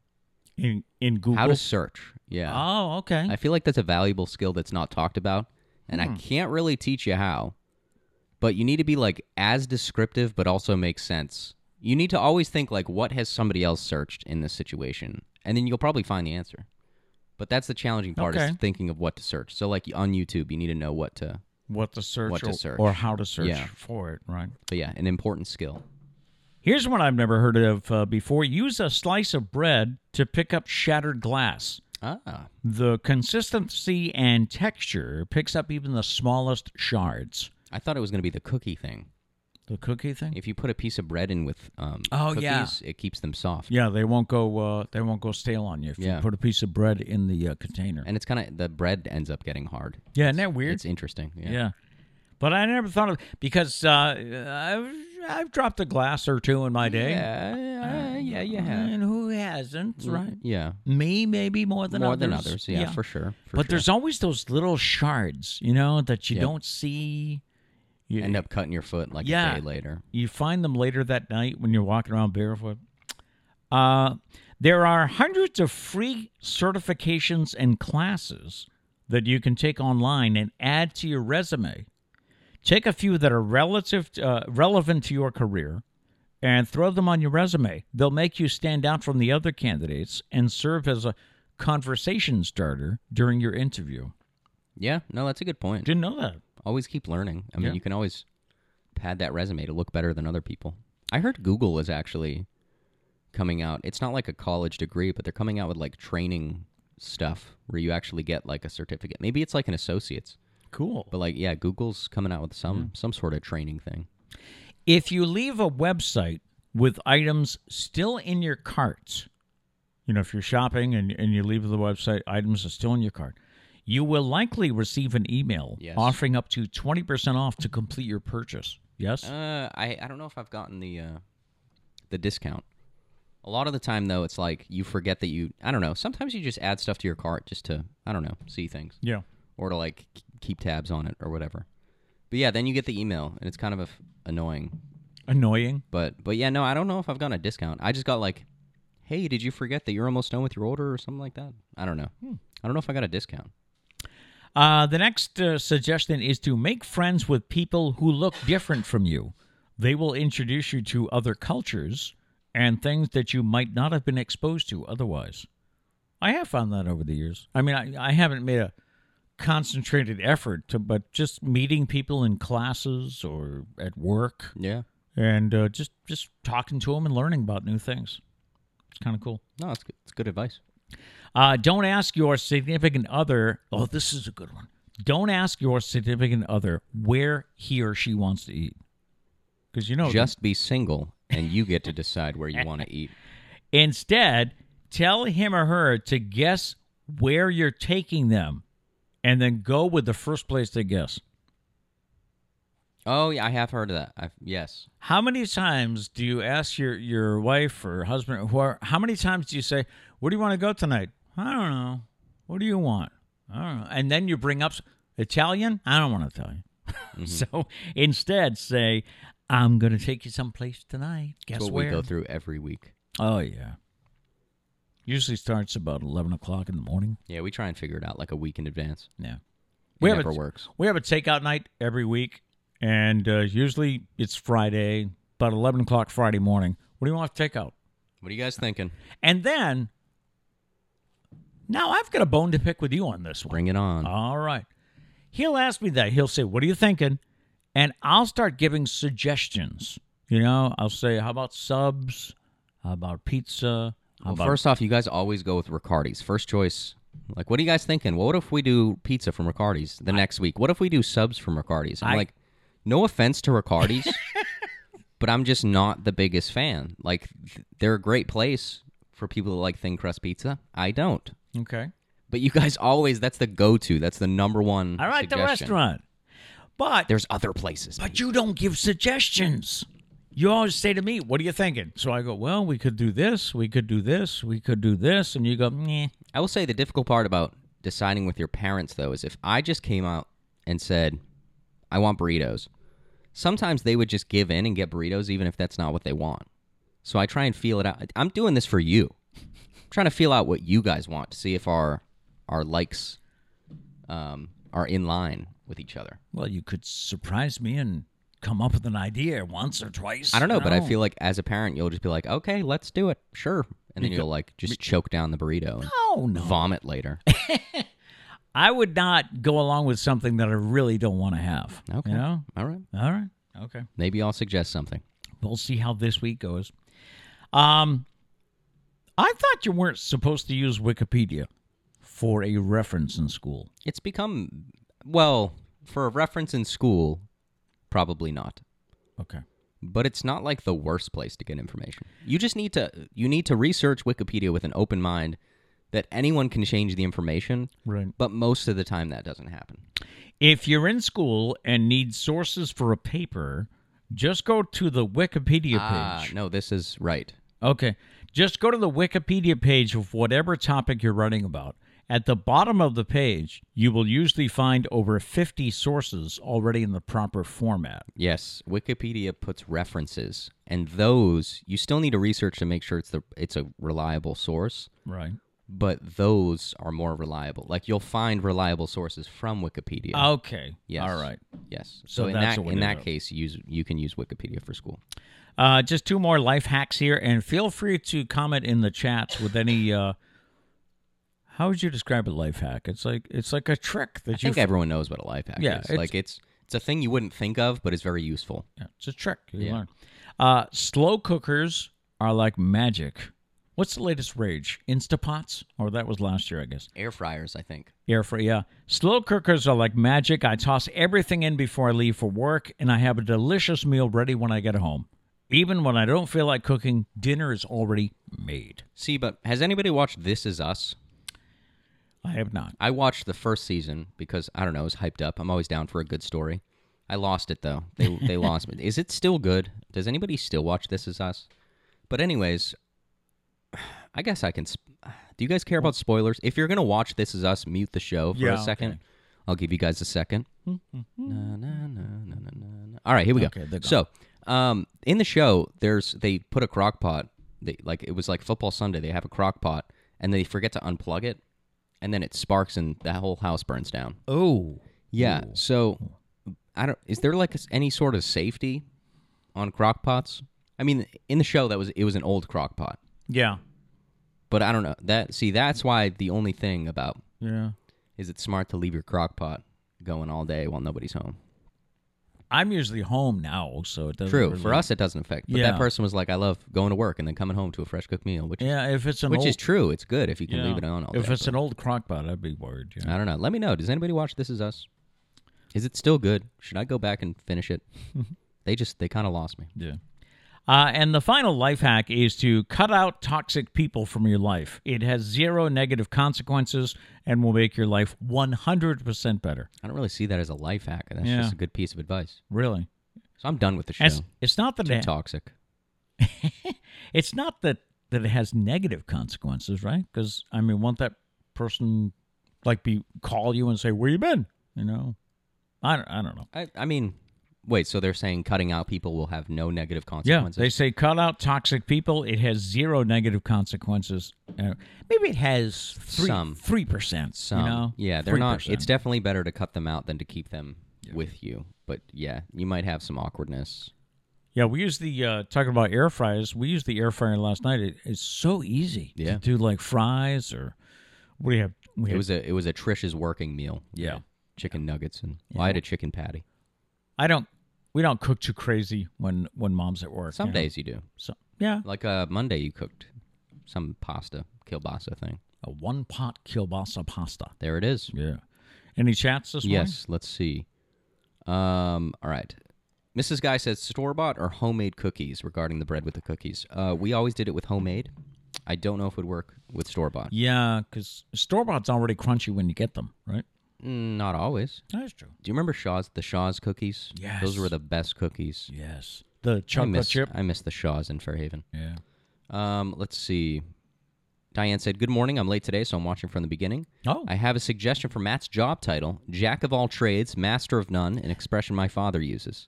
In in Google.
how to search. Yeah,
oh, okay.
I feel like that's a valuable skill that's not talked about, and
Hmm.
I can't really teach you how. But you need to be like as descriptive, but also make sense You need to always think like, what has somebody else searched in this situation, and then you'll probably find the answer. But that's the challenging part is
Okay.
thinking of what to search. So like on YouTube, you need to know what to.
What to search,
What to
or,
search.
or how to search
Yeah.
for it, right?
But yeah, an important skill.
Here's one I've never heard of uh, before. Use a slice of bread to pick up shattered glass.
Ah,
The consistency and texture picks up even the smallest shards.
I thought it was gonna be the cookie thing.
The cookie thing?
If you put a piece of bread in with um,
Oh,
cookies,
yeah.
it keeps them soft.
Yeah, they won't go. Uh, they won't go stale on you if
Yeah.
you put a piece of bread in the uh, container.
And it's kind of the bread ends up getting hard.
yeah, isn't that weird?
It's interesting. Yeah.
yeah. but I never thought of because uh, I've I've dropped a glass or two in my day,
Yeah, yeah, yeah.
and who hasn't, right?
Yeah.
Me, maybe more than
More
others.
than others. Yeah, for sure. for
but
sure.
there's always those little shards, you know, that you don't see. You,
end up cutting your foot like
Yeah.
a day later.
you find them later that night when you're walking around barefoot. Uh, there are hundreds of free certifications and classes that you can take online and add to your resume. Take a few that are relative uh, relevant to your career and throw them on your resume. They'll make you stand out from the other candidates and serve as a conversation starter during your interview.
Yeah, no, that's a good point.
Didn't know that.
always keep learning. I mean,
Yeah.
you can always pad that resume to look better than other people. I heard Google is actually coming out. It's not like a college degree, but they're coming out with like training stuff where you actually get like a certificate. Maybe it's like an associate's,
Cool.
but like yeah, Google's coming out with some some sort of training thing.
If you leave a website with items still in your cart, you know, if you're shopping and, and you leave the website, items are still in your cart, you will likely receive an email
Yes.
offering up to 20% off to complete your purchase. Yes?
Uh, I I don't know if I've gotten the uh, the discount. A lot of the time though, it's like you forget that you I don't know. Sometimes you just add stuff to your cart just to I don't know see things.
yeah.
or to like k- keep tabs on it or whatever. But yeah, then you get the email and it's kind of a f- annoying.
Annoying.
But but yeah, no, I don't know if I've gotten a discount. I just got like, hey, did you forget that you're almost done with your order or something like that? I don't know. I don't know if I got a discount.
Uh, the next uh, suggestion is to make friends with people who look different from you. They will introduce you to other cultures and things that you might not have been exposed to otherwise. I have found that over the years. I mean, I, I haven't made a concentrated effort to, but just meeting people in classes or at work
Yeah.
and uh, just just talking to them and learning about new things. It's kind of cool.
No, that's good. It's good advice.
Uh, don't ask your significant other. Oh, this is a good one. Don't ask your significant other where he or she wants to eat, because you know.
Just be single and you get to decide where you want to eat.
instead, tell him or her to guess where you're taking them, and then go with the first place they guess.
Oh yeah, I have heard of that. I've, yes.
How many times do you ask your your wife or husband or whoever, how many times do you say, "Where do you want to go tonight?" I don't know. What do you want? I don't know. And then you bring up s- Italian? I don't want Italian. <laughs> so instead say, "I'm going to take you someplace tonight." Guess
That's what
where?
we go through every week.
Oh yeah. Usually starts about eleven o'clock in the morning.
Yeah, we try and figure it out like a week in advance.
Yeah.
It
We have
never
a-
works.
We have a takeout night every week, and uh, usually it's Friday, about eleven o'clock Friday morning. What do you want for takeout?
What are you guys thinking?
And then, now I've got a bone to pick with you on this one.
Bring it on.
All right. He'll ask me that. He'll say, What are you thinking? And I'll start giving suggestions. You know, I'll say, How about subs? How about pizza? How
Well,
about
first off, you guys always go with Ricardi's first choice. Like, what are you guys thinking? Well, what if we do pizza from Ricardi's the next week? What if we do subs from Ricardi's? I'm
I-
like, no offense to
<laughs>
Ricardi's, but I'm just not the biggest fan. Like, th- they're a great place for people that like thin crust pizza. I don't.
Okay.
But you guys always, that's the go to. That's the number one.
I like the
suggestion.
restaurant. But
There's other places.
But you don't give suggestions. You always say to me, What are you thinking? So I go, Well, we could do this, we could do this, we could do this. And you go, Meh.
I will say the difficult part about deciding with your parents though is if I just came out and said, "I want burritos," sometimes they would just give in and get burritos even if that's not what they want. So I try and feel it out. I'm doing this for you. I'm trying to feel out what you guys want to see if our our likes um, are in line with each other.
Well, you could surprise me and come up with an idea once or twice.
I don't know,
you
but I feel like as a parent, you'll just be like, okay, let's do it, sure, and then you'll like just choke down the burrito and
Oh no.
vomit later.
I would not go along with something that I really don't want to have.
Okay.
You know?
All right,
All right. Okay.
maybe I'll suggest something.
We'll see how this week goes. Um I thought you weren't supposed to use Wikipedia for a reference in school.
It's become well for a reference in school, probably not.
Okay.
but it's not like the worst place to get information. You just need to you need to research Wikipedia with an open mind that anyone can change the information,
Right.
but most of the time that doesn't happen.
If you're in school and need sources for a paper, just go to the Wikipedia
Ah,
page.
no, this is right.
Okay. Just go to the Wikipedia page of whatever topic you're writing about. At the bottom of the page, you will usually find over 50 sources already in the proper format.
Yes, Wikipedia puts references, and those you still need to research to make sure it's the it's a reliable source,
Right.
but those are more reliable. Like you'll find reliable sources from
Oh,
Wikipedia.
Okay.
Yes.
All right.
Yes.
So
So, in
that's
that
a way
in
to
that
go.
case, use you can use Wikipedia for school.
Uh, just two more life hacks here, and feel free to comment in the chats with any. Uh, how would you describe a life hack? It's like it's like a trick that
I
you
think everyone knows what a life hack
Yeah,
is.
it's-
like it's it's a thing you wouldn't think of, but it's very useful.
Yeah, it's a trick you
Yeah.
learn. Uh, slow cookers are like magic. What's the latest rage? Instapots? Or that was last year, I guess.
Air fryers, I think.
Air fryer. Yeah. Slow cookers are like magic. I toss everything in before I leave for work, and I have a delicious meal ready when I get home. Even when I don't feel like cooking, dinner is already made.
See, but has anybody watched This Is Us?
I have not.
I watched the first season because I don't know, it was hyped up. I'm always down for a good story. I lost it though. They
<laughs>
they lost me. Is it still good? Does anybody still watch This Is Us? But anyways, I guess I can. Sp- Do you guys care about spoilers? If you're gonna watch This Is Us, mute the show for
Yeah,
a
okay.
second. I'll give you guys a
<laughs>
second. Na, na, na, na, na, na, na. All right, here we
Okay,
go.
they're
So, um, in the show, there's they put a crock pot. They, like it was like football Sunday. They have a crock pot, and they forget to unplug it, and then it sparks, and that whole house burns down.
Oh.
Yeah. So, I don't. Is there like a s any sort of safety on crock pots? I mean, in the show, that was it was an old crock pot,
Yeah.
but I don't know that. See, that's why the only thing about
Yeah.
is it's smart to leave your crock pot going all day while nobody's home.
I'm usually home now, so it doesn't.
True.
really-
For us, it doesn't affect. But
Mm-hmm. Yeah.
that person was like, "I love going to work and then coming home to a fresh cooked meal," which
Yeah, if it's an
which
old,
is true. It's good if you can
yeah.
leave it on all
If
day.
it's an old crockpot, I'd be worried. Yeah.
I don't know. Let me know. Does anybody watch This Is Us? Is it still good? Should I go back and finish
<laughs>
it? they just they kind of lost me.
Yeah. Uh, and the final life hack is to cut out toxic people from your life. It has zero negative consequences and will make your life 100% better.
I don't really see that as a life hack. That's
Yeah.
just a good piece of advice.
Really.
So I'm done with the show.
And It's, it's not that
Too
it,
toxic.
it's not that that it has negative consequences, right? Cuz I mean, won't that person like be call you and say, "Where you been?" you know. I don't, I don't know.
I, I mean, wait. So they're saying cutting out people will have no negative
Yeah,
consequences.
they say cut out toxic people. It has zero negative consequences. Uh, maybe it has three,
Some.
3%.
Some,
You know?
yeah, they're not.
3%.
It's definitely better to cut them out than to keep them with you. But yeah, you might have some awkwardness.
Yeah, we use the uh, talking about air fryers. We used the air fryer last night. It, it's so easy
Yeah.
to do like fries or what do you have?
It
We had,
was a it was a Trish's working meal.
Yeah.
chicken nuggets and well, I had a chicken patty.
I don't. We don't cook too crazy when when mom's at work.
Some
you know?
days you do,
So yeah,
like uh, Monday you cooked some pasta kielbasa thing.
a one pot kielbasa pasta.
There it is.
Yeah. Any chats this morning?
Yes, let's see. Um, all right. Mrs. Guy says store bought or homemade cookies regarding the bread with the cookies. Uh, we always did it with homemade. I don't know if it would work with store bought.
Yeah, because store bought's already crunchy when you get them, right?
Mm, Not always.
That's true.
Do you remember Shaw's the Shaw's cookies?
Yes.
Those were the best cookies.
Yes. The
I
chocolate
miss,
chip.
I miss the Shaw's in Fairhaven.
Yeah.
Um, let's see. Diane said, Good morning. I'm late today, so I'm watching from the beginning.
Oh.
I have a suggestion for Matt's job title Jack of all trades, master of none, an expression my father uses.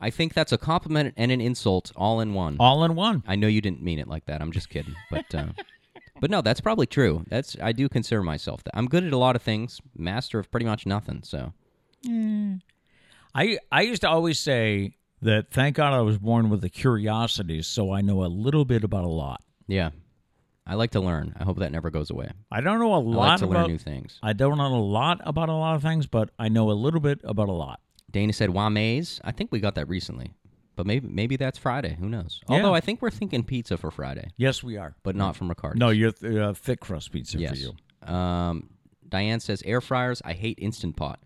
I think that's a compliment and an insult all in one.
all in one.
I know you didn't mean it like that. I'm just kidding. But
<laughs>
uh, but no, that's probably true. That's I do consider myself that. I'm good at a lot of things, master of pretty much nothing. So
I I used to always say that thank God I was born with a curiosity, so I know a little bit about a lot.
Yeah. I like to learn. I hope that never goes away.
I don't know a
I
lot
like to
about
learn new things.
I don't know a lot about a lot of things, but I know a little bit about a lot.
Dana said Wame's. I think we got that recently. But maybe maybe that's Friday. Who knows? Although I think we're thinking pizza for Friday,
Yes, we are.
but not from Ricardo.
No, you're th- uh, thick crust pizza
yes.
for you.
Um, Diane says air fryers. I hate instant pot.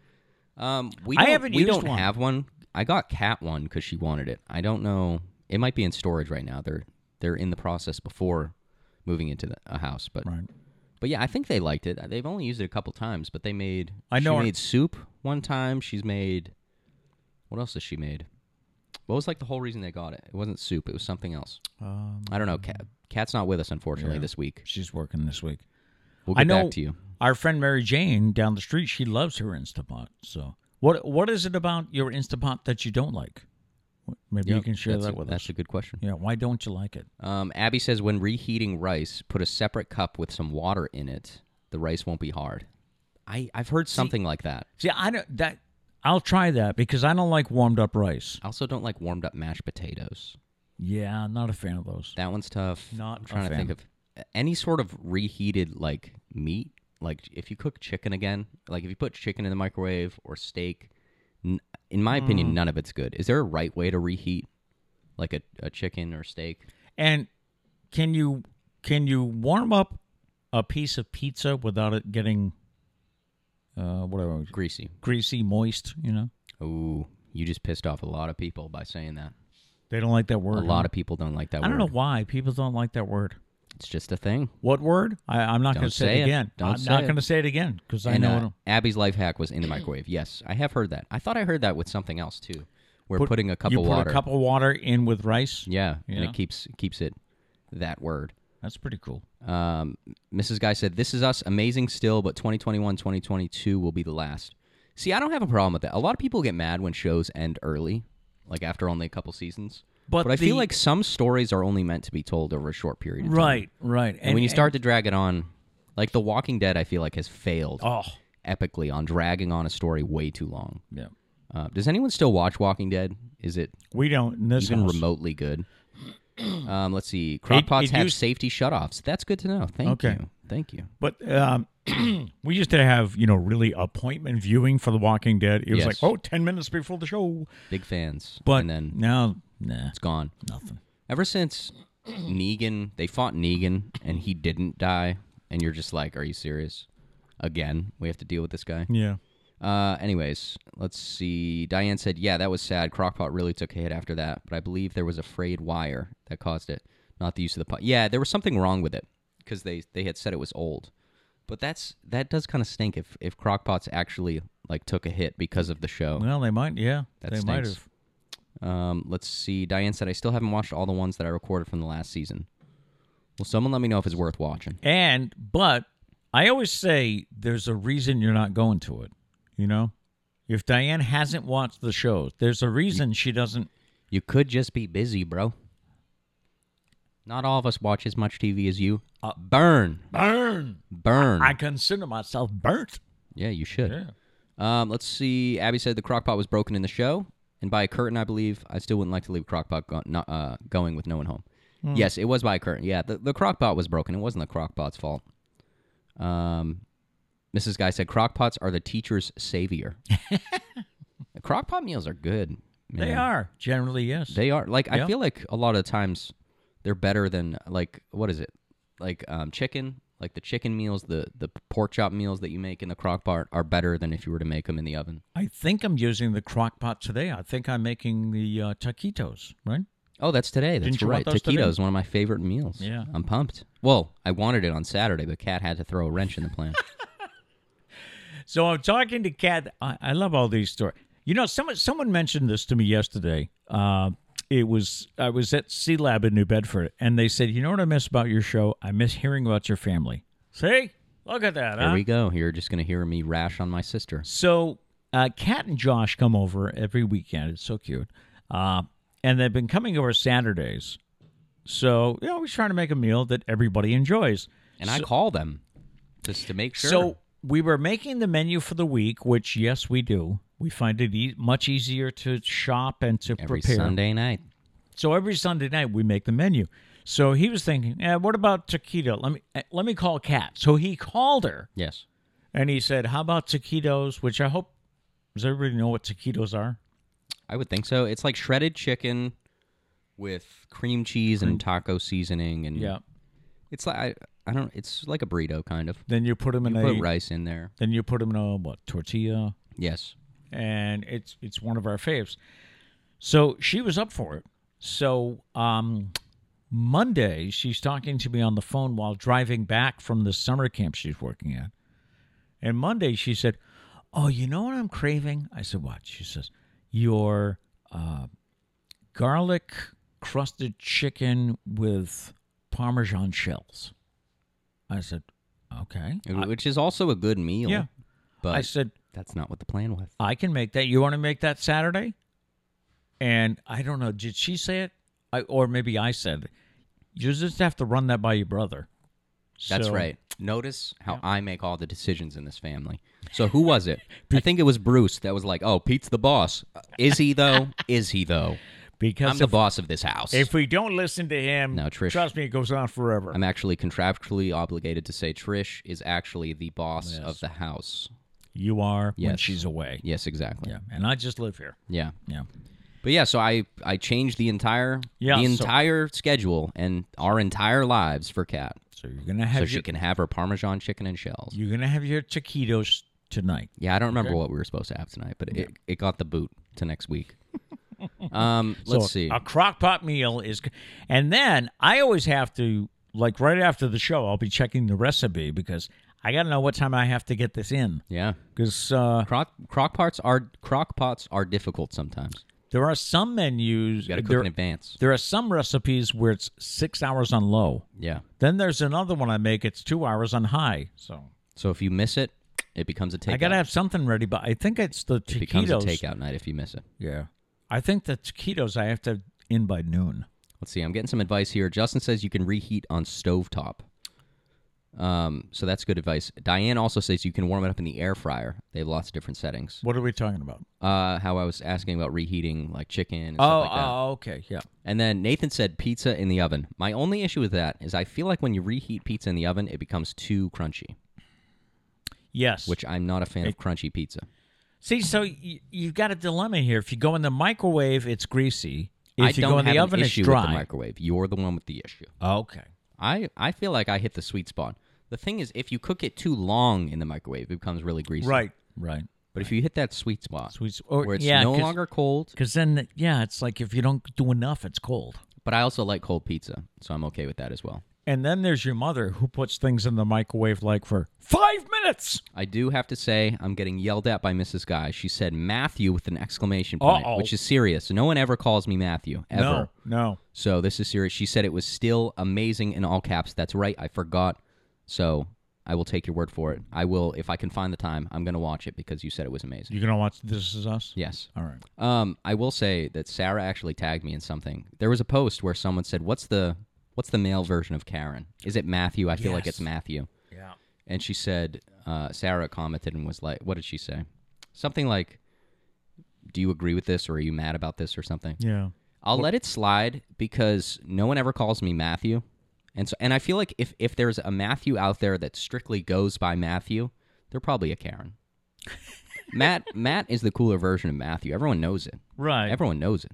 Um, we
I
don't,
haven't
we
used
don't
one.
have one. I got Cat one because she wanted it. I don't know. It might be in storage right now. They're they're in the process before moving into the, a house. But
Right.
but yeah, I think they liked it. They've only used it a couple times, but they made.
I know
she
her-
made soup one time. She's made. What else has she made? What was like the whole reason they got it? It wasn't soup. It was something else.
Um,
I don't know. Cat, Cat's not with us unfortunately
Yeah.
this week.
she's working this week.
We'll
I
get
know
back to you.
Our friend Mary Jane down the street, she loves her Instapot. So, what what is it about your Instapot that you don't like? Maybe you
Yep,
can share
that's
that
a,
with
That's
us.
a good question.
yeah, why don't you like it?
Um, Abby says when reheating rice, put a separate cup with some water in it. The rice won't be hard. I I've heard something like that.
See, I don't that I'll try that because I don't like warmed up rice.
I also don't like warmed up mashed potatoes.
Yeah, I'm not a fan of those.
That one's tough.
Not
I'm
a
trying to think of any sort of reheated like meat. Like if you cook chicken again, like if you put chicken in the microwave or steak, n- in my
Mm.
opinion, none of it's good. Is there a right way to reheat like a, a chicken or steak?
And can you can you warm up a piece of pizza without it getting uh what do I-
Greasy.
greasy, moist, you know?
Ooh, you just pissed off a lot of people by saying that.
They don't like that word.
A lot of people don't like that
I
word.
don't know why people don't like that word.
It's just a thing.
What word? I, I'm not
Don't
going to say,
say
it
it.
again.
Don't
I'm
say
not
it.
going to say it again because I
and,
know
uh,
it.
Abby's life hack was in the
<clears throat>
microwave. Yes, I have heard that. I thought I heard that with something else too. We're
Put-
putting a cup
you
of
put
water.
a cup of water in with rice.
yeah, and
Yeah.
it keeps keeps it that word.
That's pretty cool.
Um, Mrs. Guy said, "This is us, amazing still, but 2021, 2022 will be the last." See, I don't have a problem with that. A lot of people get mad when shows end early, like after only a couple seasons.
But
I feel
the-
like some stories are only meant to be told over a short period of time.
Right, right.
And, when you start to drag it on, like The Walking Dead, I feel like has failed
oh,
epically on dragging on a story way too long.
yeah.
Uh, does anyone still watch Walking Dead? Is it
We don't. In this
even
house.
remotely
<clears throat>
good? Um, let's see. Crockpots
it
have
used-
safety shutoffs. That's good to know. Thank
Okay.
you. Thank you.
But um, <clears throat> we used to have, you know, really appointment viewing for The Walking Dead. It was
Yes.
like, oh, 10 minutes before the show.
Big fans.
But
and then
now, nah,
it's gone.
nothing.
Ever since Negan, they fought Negan and he didn't die, and you're just like, are you serious? Again, we have to deal with this guy.
Yeah.
Uh, anyways, let's see. Diane said, "Yeah, that was sad. Crockpot really took a hit after that, but I believe there was a frayed wire that caused it, not the use of the pot. Yeah, there was something wrong with it because they they had said it was old, but that's that does kind of stink if if Crockpots actually like took a hit because of the show.
Well, they might, yeah.
That
they might
stinks.
have.
Um, let's see. Diane said, "I still haven't watched all the ones that I recorded from the last season. Well, someone let me know if it's worth watching.
And, but I always say there's a reason you're not going to it, you know? If Diane hasn't watched the shows, there's a reason she doesn't.
You could just be busy, bro. Not all of us watch as much TV as you. Uh, burn."
Burn!
Burn.
I consider myself burnt.
yeah, you should.
Yeah.
Um, let's see. Abby said the crockpot was broken in the show, and by a curtain, I believe. I still wouldn't like to leave crockpot go- not, uh, going with no one home.
Hmm.
Yes, it was by a curtain. Yeah, the, the crockpot was broken. It wasn't the crockpot's fault. Um, Mrs. Guy said crockpots are the teacher's
<laughs>
savior. The crockpot meals are good. Man.
They are. Generally, yes.
They are like I
Yeah.
feel like a lot of times they're better than like what is it like um, chicken like the chicken meals the the pork chop meals that you make in the crock pot are better than if you were to make them in the oven.
I think I'm using the crock pot today. I think I'm making the uh, taquitos, right?
Oh, that's today. That's
Didn't you
right.
want those today?
Taquitos, one of my favorite meals.
Yeah.
I'm pumped. Well, I wanted it on Saturday, but Kat had to throw a wrench in the
<laughs>
plan.
So I'm talking to Kat. I, I love all these stories. You know, someone someone mentioned this to me yesterday. Uh, it was I was at C Lab in New Bedford, and they said, "You know what I miss about your show? I miss hearing about your family." See, look at that.
Here
Huh?
we go. You're just gonna hear me rash on my sister.
So uh, Kat and Josh come over every weekend. It's so cute, uh, and they've been coming over Saturdays. So you know, we're trying to make a meal that everybody enjoys.
And I call them just to make sure.
So we were making the menu for the week, which yes, we do. We find it e- much easier to shop and to
every
prepare.
Sunday night.
So every Sunday night we make the menu. So he was thinking, eh, what about taquito? Let me eh, let me call Kat. So he called her
Yes.
and he said, "How about taquitos?" Which I hope does everybody know what taquitos are?
I would think so. It's like shredded chicken with cream cheese and taco seasoning and
Yeah.
It's like I, I don't it's like a burrito kind of.
Then you put them in
You
a
put rice in there.
then you put them in a what tortilla,
Yes.
and it's it's one of our faves. So she was up for it. So um, Monday she's talking to me on the phone while driving back from the summer camp she's working at, and Monday she said, "Oh, you know what I'm craving?" I said, "What?" She says, "Your uh, garlic crusted chicken with parmesan shells." I said, "Okay."
Which is also a good meal.
Yeah.
But
I said,
that's not what the plan was.
I can make that. You want to make that Saturday? And I don't know. Did she say it? I, or maybe I said it. You just have to run that by your brother.
That's
So-
right. Notice how I make all the decisions in this family. So who was
<laughs>
it? I think it was Bruce that was like, "Oh, Pete's the boss. Is he
<laughs>
though? Is he though? I'm
Because
the
if,
boss of this house."
if we don't listen to him,
No, Trish.
trust me, it goes on forever.
I'm actually contractually obligated to say Trish is actually the boss of the house.
you are when
Yes.
she's away.
Yes, exactly.
Yeah. And I just live here.
Yeah.
Yeah.
But yeah, so I I changed the entire
Yeah,
the
so-
entire schedule and our entire lives for Kat.
So you're gonna have
So
your,
she can have her parmesan chicken and shells.
you're gonna have your taquitos tonight.
Yeah, I don't remember what we were supposed to have tonight, but it, it got the boot to next week. <laughs> um, let's
So
see.
A crock pot meal is, and then I always have to like right after the show, I'll be checking the recipe because I got to know what time I have to get this in
yeah.
because uh,
Crock, crock pots are crock pots are difficult sometimes.
there are some menus.
You got to cook
there,
in advance.
there are some recipes where it's six hours on low.
Yeah.
Then there's another one I make. It's two hours on high. So
So if you miss it, it becomes a takeout.
I got to have something ready. But I think it's the
it becomes a
taquitos.
takeout night if you miss it.
yeah, I think the taquitos I have to in by noon.
Let's see. I'm getting some advice here. Justin says you can reheat on stovetop. Um, so that's good advice. Diane also says you can warm it up in the air fryer. They have lots of different settings.
What are we talking about?
Uh, how I was asking about reheating like chicken and
Oh,
stuff like that.
oh, okay, yeah.
And then Nathan said pizza in the oven. My only issue with that is I feel like when you reheat pizza in the oven, it becomes too crunchy,
Yes.
which I'm not a fan of crunchy pizza.
See, so y- you've got a dilemma here. If you go in the microwave, it's greasy. If
I
you
don't
go in
have
the oven,
an
it's
issue
dry.
with the microwave. You're the one with the issue.
Okay.
I, I feel like I hit the sweet spot. The thing is, if you cook it too long in the microwave, it becomes really greasy.
Right.
But if you hit that sweet spot,
Sweet. s- Or,
where it's
yeah,
no
'cause-
longer cold,
Because then, yeah, it's like if you don't do enough, it's cold.
but I also like cold pizza, so I'm okay with that as well.
And then there's your mother who puts things in the microwave like for five minutes.
I do have to say, I'm getting yelled at by Mrs. Guy. She said Matthew with an exclamation point,
Uh-oh.
which is serious. No one ever calls me Matthew, ever.
No, no.
So this is serious. She said it was still amazing in all caps. That's right. I forgot. So I will take your word for it. I will, if I can find the time, I'm going to watch it because you said it was amazing.
You're going to watch This Is Us?
Yes.
All right.
Um, I will say that Sarah actually tagged me in something. There was a post where someone said, "What's the what's the male version of Karen? Is it Matthew? I feel like
Yes.
it's Matthew."
Yeah.
And she said, uh, Sarah commented and was like, "What did she say? Something like, do you agree with this or are you mad about this or something?"
Yeah.
I'll let it slide because no one ever calls me Matthew. And so and I feel like if if there's a Matthew out there that strictly goes by Matthew, they're probably a
<laughs>
Karen. Matt Matt is the cooler version of Matthew. Everyone knows it.
Right.
Everyone knows it.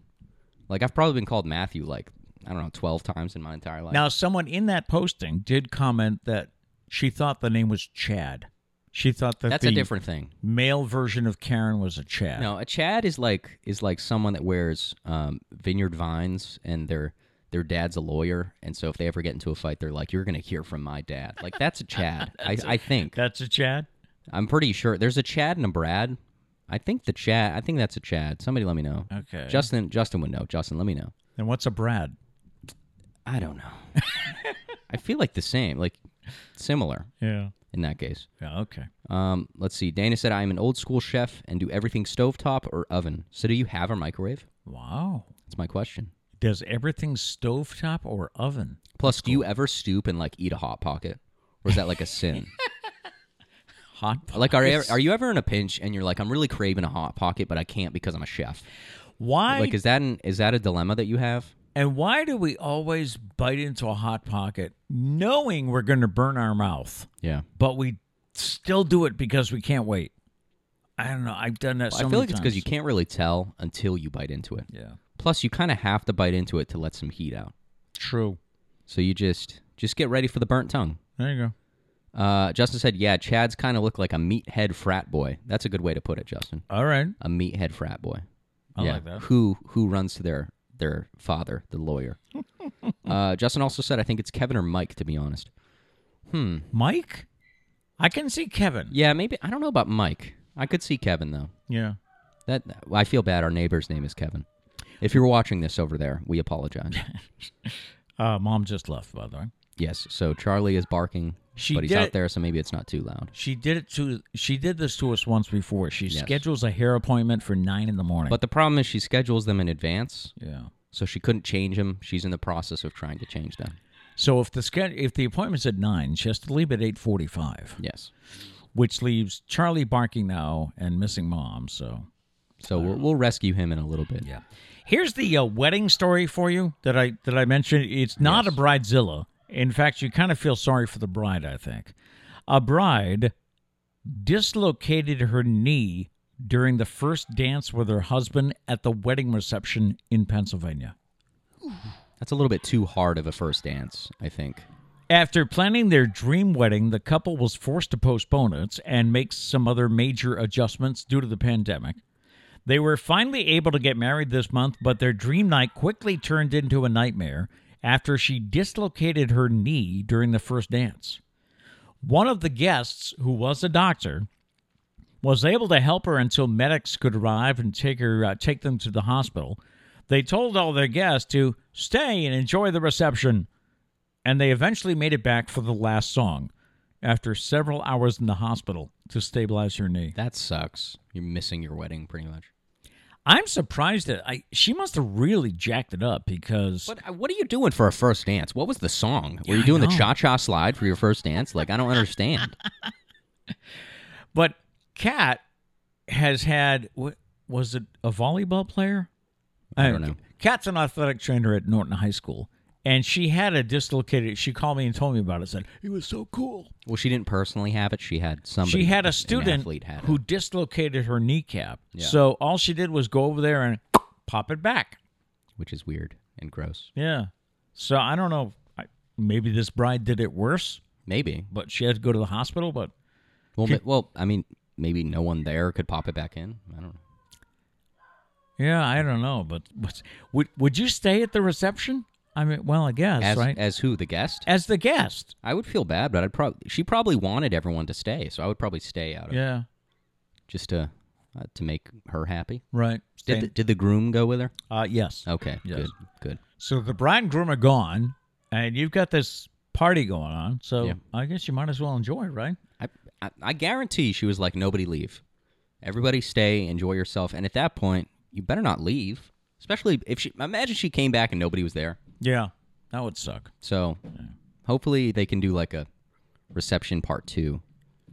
Like I've probably been called Matthew like I don't know, 12 times in my entire life.
now, someone in that posting did comment that she thought the name was Chad. She thought that
That's
the
a different thing.
male version of Karen was a Chad.
No, a Chad is like is like someone that wears um, vineyard vines, and their their dad's a lawyer, and so if they ever get into a fight, they're like, "You're gonna hear from my dad." Like that's a Chad. I I think
That's a Chad?
I'm pretty sure there's a Chad and a Brad. I think the Chad. I think that's a Chad. Somebody let me know.
Okay.
Justin Justin would know. Justin, let me know.
And what's a Brad?
I don't know. I feel like the same, like similar
Yeah.
in that case.
Yeah. Okay.
Um, let's see. Dana said, "I am an old school chef and do everything stovetop or oven." So, do you have a microwave?
Wow.
That's my question.
Does everything stovetop or oven? <laughs>
Plus, do you ever stoop and like eat a hot pocket, or is that like a sin?
Hot Pockets.
Like, are you ever- are you ever in a pinch and you're like, I'm really craving a hot pocket, but I can't because I'm a chef?
why
Like, is that an, is that a dilemma that you have?
and why do we always bite into a hot pocket knowing we're going to burn our mouth,
Yeah,
but we still do it because we can't wait? I don't know. I've done that. so
I
many
feel like it's because
times.
you can't really tell until you bite into it.
Yeah,
Plus, you kind of have to bite into it to let some heat out.
true.
So you just just get ready for the burnt tongue.
There you go.
Uh, Justin said, "Yeah, Chad's kind of look like a meathead frat boy. That's a good way to put it, Justin.
All right.
A meathead frat boy.
I
yeah,
like that.
Who who runs to their their father, the
<laughs>
lawyer. uh, Justin also said, I think it's Kevin or Mike. To be honest, hmm.
Mike? I can see Kevin.
Yeah, maybe I don't know about Mike. I could see Kevin though.
Yeah.
That I feel bad. Our neighbor's name is Kevin. If you're watching this over there, we
<laughs>
apologize.
Uh, Mom just left, by the way.
yes. So Charlie is barking,
She
but he's
did
out
it-
there, so maybe it's not too loud.
She did it to. She did this to us once before. She
Yes.
schedules a hair appointment for nine in the morning.
But the problem is she schedules them in advance,
yeah.
so she couldn't change them. She's in the process of trying to change them.
So if the sched- if the appointment's at nine, she has to leave at eight forty five,
Yes.
which leaves Charlie barking now and missing Mom. So
So we'll, we'll rescue him in a little bit.
yeah. Here's the uh, wedding story for you that I that I mentioned. It's not a bridezilla. In fact, you kind of feel sorry for the bride. I think a bride dislocated her knee during the first dance with her husband at the wedding reception in Pennsylvania.
That's a little bit too hard of a first dance, I think.
After planning their dream wedding, the couple was forced to postpone it and make some other major adjustments due to the pandemic. They were finally able to get married this month, but their dream night quickly turned into a nightmare after she dislocated her knee during the first dance. One of the guests, who was a doctor, was able to help her until medics could arrive and take her uh, take them to the hospital. They told all their guests to stay and enjoy the reception and they eventually made it back for the last song after several hours in the hospital to stabilize her knee.
That sucks. You're missing your wedding pretty much.
I'm surprised that I she must have really jacked it up because
But uh, what are you doing for a first dance? What was the song? Were you doing the
know.
cha cha slide for your first dance? Like, I don't
<laughs>
understand.
but Kat has had wa- was it a volleyball player?
I don't know.
Kat's an athletic trainer at Norton High School and she had a dislocated she called me and told me about it said it was so cool.
Well, she didn't personally have it. She had somebody.
She had
an
a student
athlete had it.
who dislocated her kneecap.
Yeah.
So all she did was go over there and pop it back.
which is weird and gross.
Yeah. So I don't know. I, maybe this bride did it worse,
Maybe.
but she had to go to the hospital. But
Well, ma- well, I mean, maybe no one there could pop it back in. I don't know.
yeah, I don't know. But, but would would you stay at the reception? I mean, well, I guess
As,
right
as who the guest?
as the guest.
I would feel bad, but I'd probably she probably wanted everyone to stay, so I would probably stay out of it
Yeah.
just to uh, to make her happy.
Right.
Did the, did the Oh. groom go with her?
uh, yes.
Okay,
Yes.
good, good.
So the bride and groom are gone, and you've got this party going on. So
Yeah.
I guess you might as well enjoy, right?
I, I I guarantee she was like, nobody leave, everybody stay, enjoy yourself, and at that point, you better not leave, especially if she imagine she came back and nobody was there.
Yeah. That would suck.
So hopefully they can do like a reception part two,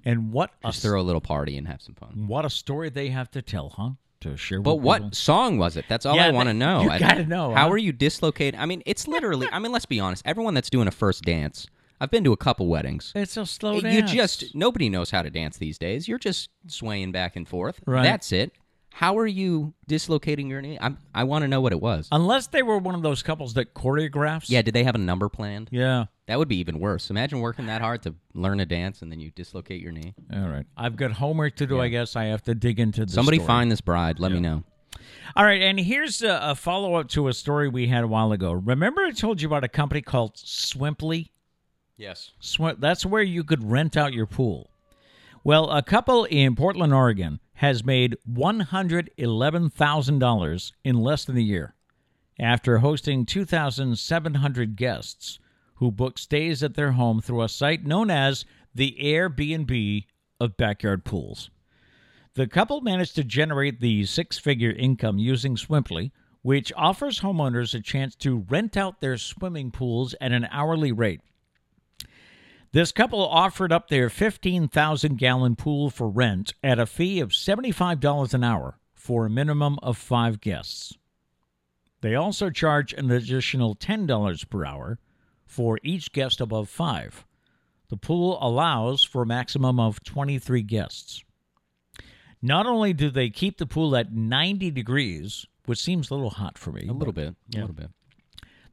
And what a
just throw a little party and have some fun.
what a story they have to tell, huh? To share.
But
with
what
people.
song was it? That's all
Yeah,
I want to
that-
know.
you
I-
<laughs> gotta know,
How
huh?
are you dislocated? I mean, it's literally. I mean, let's be honest. Everyone that's doing a first dance, I've been to a couple weddings.
It's a slow
You
dance.
just nobody knows how to dance these days. You're just swaying back and forth.
Right.
That's it. How are you dislocating your knee? I'm, I want to know what it was.
Unless they were one of those couples that choreographs.
yeah, did they have a number planned?
Yeah.
That would be even worse. Imagine working that hard to learn a dance and then you dislocate your knee.
All right. I've got homework to do. I guess I have to dig into this.
Somebody
story.
find this bride. Let me know.
All right. And here's a, a follow up to a story we had a while ago. Remember, I told you about a company called Swimply?
Yes.
Sw- that's where you could rent out your pool. Well, a couple in Portland, Oregon has made $111,000 in less than a year after hosting 2,700 guests who booked stays at their home through a site known as the Airbnb of backyard pools. The couple managed to generate the six figure income using Swimply, which offers homeowners a chance to rent out their swimming pools at an hourly rate. This couple offered up their 15,000 gallon pool for rent at a fee of $75 an hour for a minimum of five guests. They also charge an additional $10 per hour for each guest above five. The pool allows for a maximum of 23 guests. Not only do they keep the pool at 90 degrees, which seems a little hot for me,
A little bit. A
Yeah.
little bit.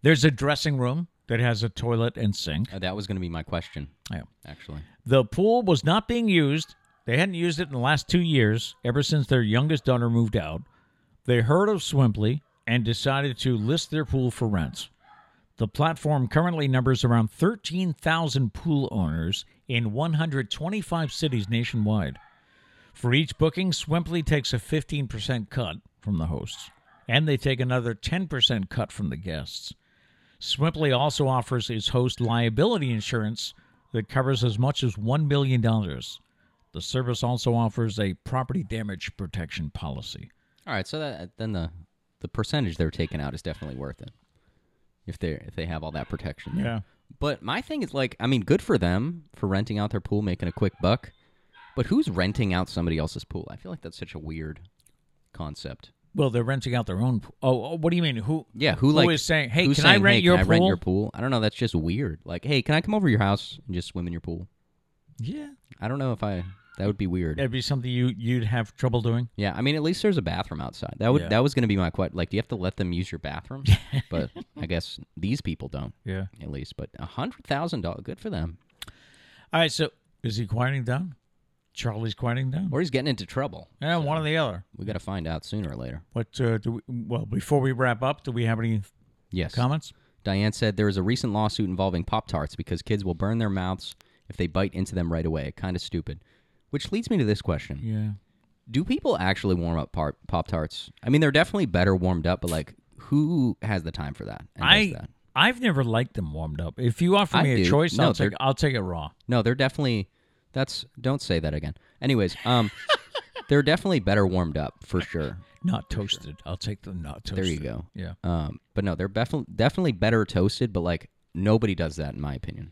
there's a dressing room that has a toilet and sink.
Uh, that was going to be my question,
Yeah.
actually.
The pool was not being used. They hadn't used it in the last two years, ever since their youngest daughter moved out. They heard of Swimply and decided to list their pool for rent. The platform currently numbers around 13,000 pool owners in 125 cities nationwide. For each booking, Swimply takes a 15% cut from the hosts, and they take another 10% cut from the guests. Swimply also offers its host liability insurance that covers as much as $1 million. The service also offers a property damage protection policy.
All right, so that then the the percentage they're taking out is definitely worth it. If they if they have all that protection. there. But my thing is like, I mean, good for them for renting out their pool, making a quick buck. But who's renting out somebody else's pool? I feel like that's such a weird concept.
Well, they're renting out their own. po- Oh, oh, what do you mean? Who?
Yeah, who like
is saying, "Hey,
who's
can I
saying,
rent
hey,
your
can I rent
pool?"
your pool? I don't know. That's just weird. Like, hey, can I come over to your house and just swim in your pool?
Yeah,
I don't know if I. That would be weird.
that'd be something you you'd have trouble doing.
Yeah, I mean, at least there's a bathroom outside. That would
Yeah.
that was going to be my question. Like, do you have to let them use your
<laughs>
bathroom? but I guess these people don't,
Yeah.
at least. But a hundred thousand dollars, good for them.
All right. So is he quieting down? Charlie's quieting down.
Or he's getting into trouble.
yeah, one or the other.
We got to find out sooner or later.
What uh, do we? Well, before we wrap up, do we have any
Yes.
comments?
Diane said there is a recent lawsuit involving Pop Tarts because kids will burn their mouths if they bite into them right away. Kind of stupid. Which leads me to this question:
Yeah.
Do people actually warm up Pop Tarts? I mean, they're definitely better warmed up, but like, who has the time for that? and does
I
that?
I've never liked them warmed up. If you offer
I
me a
do.
choice,
No,
I'll take
they're-
I'll take it raw.
No, they're definitely. That's don't say that again. Anyways, um, <laughs> they're definitely better warmed up for sure.
Not toasted. I'll take the not toasted.
There you go.
Yeah.
Um, but no, they're definitely definitely better toasted. But like nobody does that in my opinion.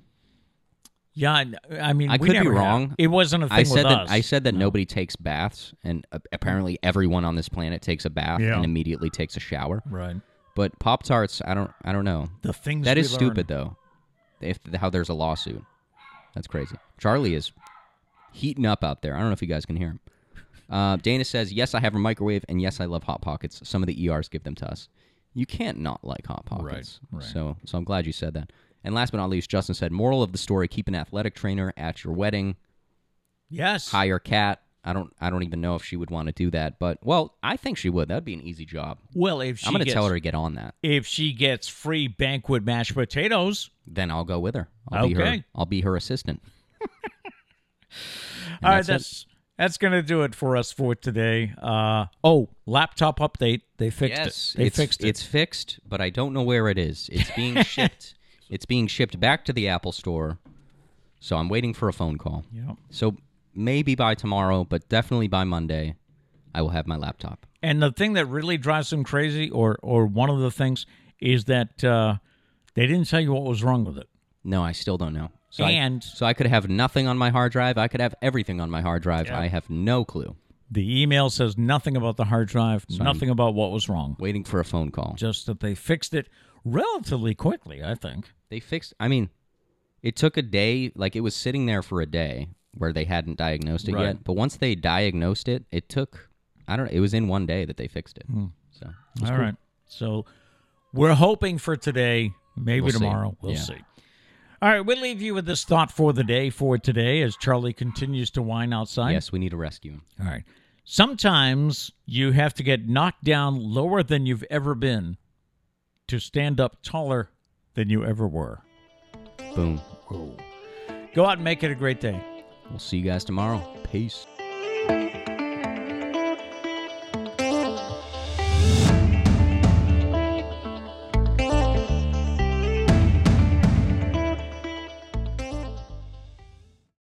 Yeah, I- I mean,
I
we
could be
never have.
wrong.
It wasn't a thing
I said
with
that
us.
I said that nobody takes baths, and a- apparently everyone on this planet takes a bath
Yeah.
and immediately takes a shower.
right.
But Pop Tarts, I don't I don't know.
The things
That
we
is
learn.
stupid though. If how there's a lawsuit, that's crazy. Charlie is heating up out there. I don't know if you guys can hear him. Uh, Dana says, "Yes, I have a microwave, and yes, I love hot pockets. Some of the ERs give them to us. You can't not like hot pockets.
right.
So, so I'm glad you said that. And last but not least, Justin said, "Moral of the story: Keep an athletic trainer at your wedding.
Yes.
Hire Kat. I don't. I don't even know if she would want to do that, but well, I think she would. That'd be an easy job.
Well, if she
I'm going to
gets,
tell her to get on that.
if she gets free banquet mashed potatoes.
Then I'll go with her. I'll Be her,
Okay.
I'll be her assistant.
All right,
that's it.
uh, that's that's gonna do it for us for today. Uh oh, laptop update. They fixed
Yes,
it. They
it's,
fixed it.
It's fixed, but I don't know where it is.
<laughs>
It's being shipped. It's being shipped back to the Apple Store. So I'm waiting for a phone call.
yeah.
So maybe by tomorrow, but definitely by Monday, I will have my laptop.
And the thing that really drives them crazy, or or one of the things, is that uh, they didn't tell you what was wrong with it.
No, I still don't know. So
And-
I, so I could have nothing on my hard drive. I could have everything on my hard drive. I have no clue.
The email says nothing about the hard drive, nothing about what was wrong.
Waiting for a phone call.
Just that they fixed it relatively quickly, I think.
They fixed. I mean, it took a day. Like it was sitting there for a day where they hadn't diagnosed it
Right.
yet. But once they diagnosed it, it took. I don't. know. It was in one day that they fixed it. So
All right, So we're hoping for today, maybe
We'll see.
tomorrow. We'll
Yeah.
see. All right, we'll leave you with this thought for the day for today as Charlie continues to whine outside.
yes, we need to rescue him.
All right. Sometimes you have to get knocked down lower than you've ever been to stand up taller than you ever were.
Boom.
Go out and make it a great day.
We'll see you guys tomorrow. Peace.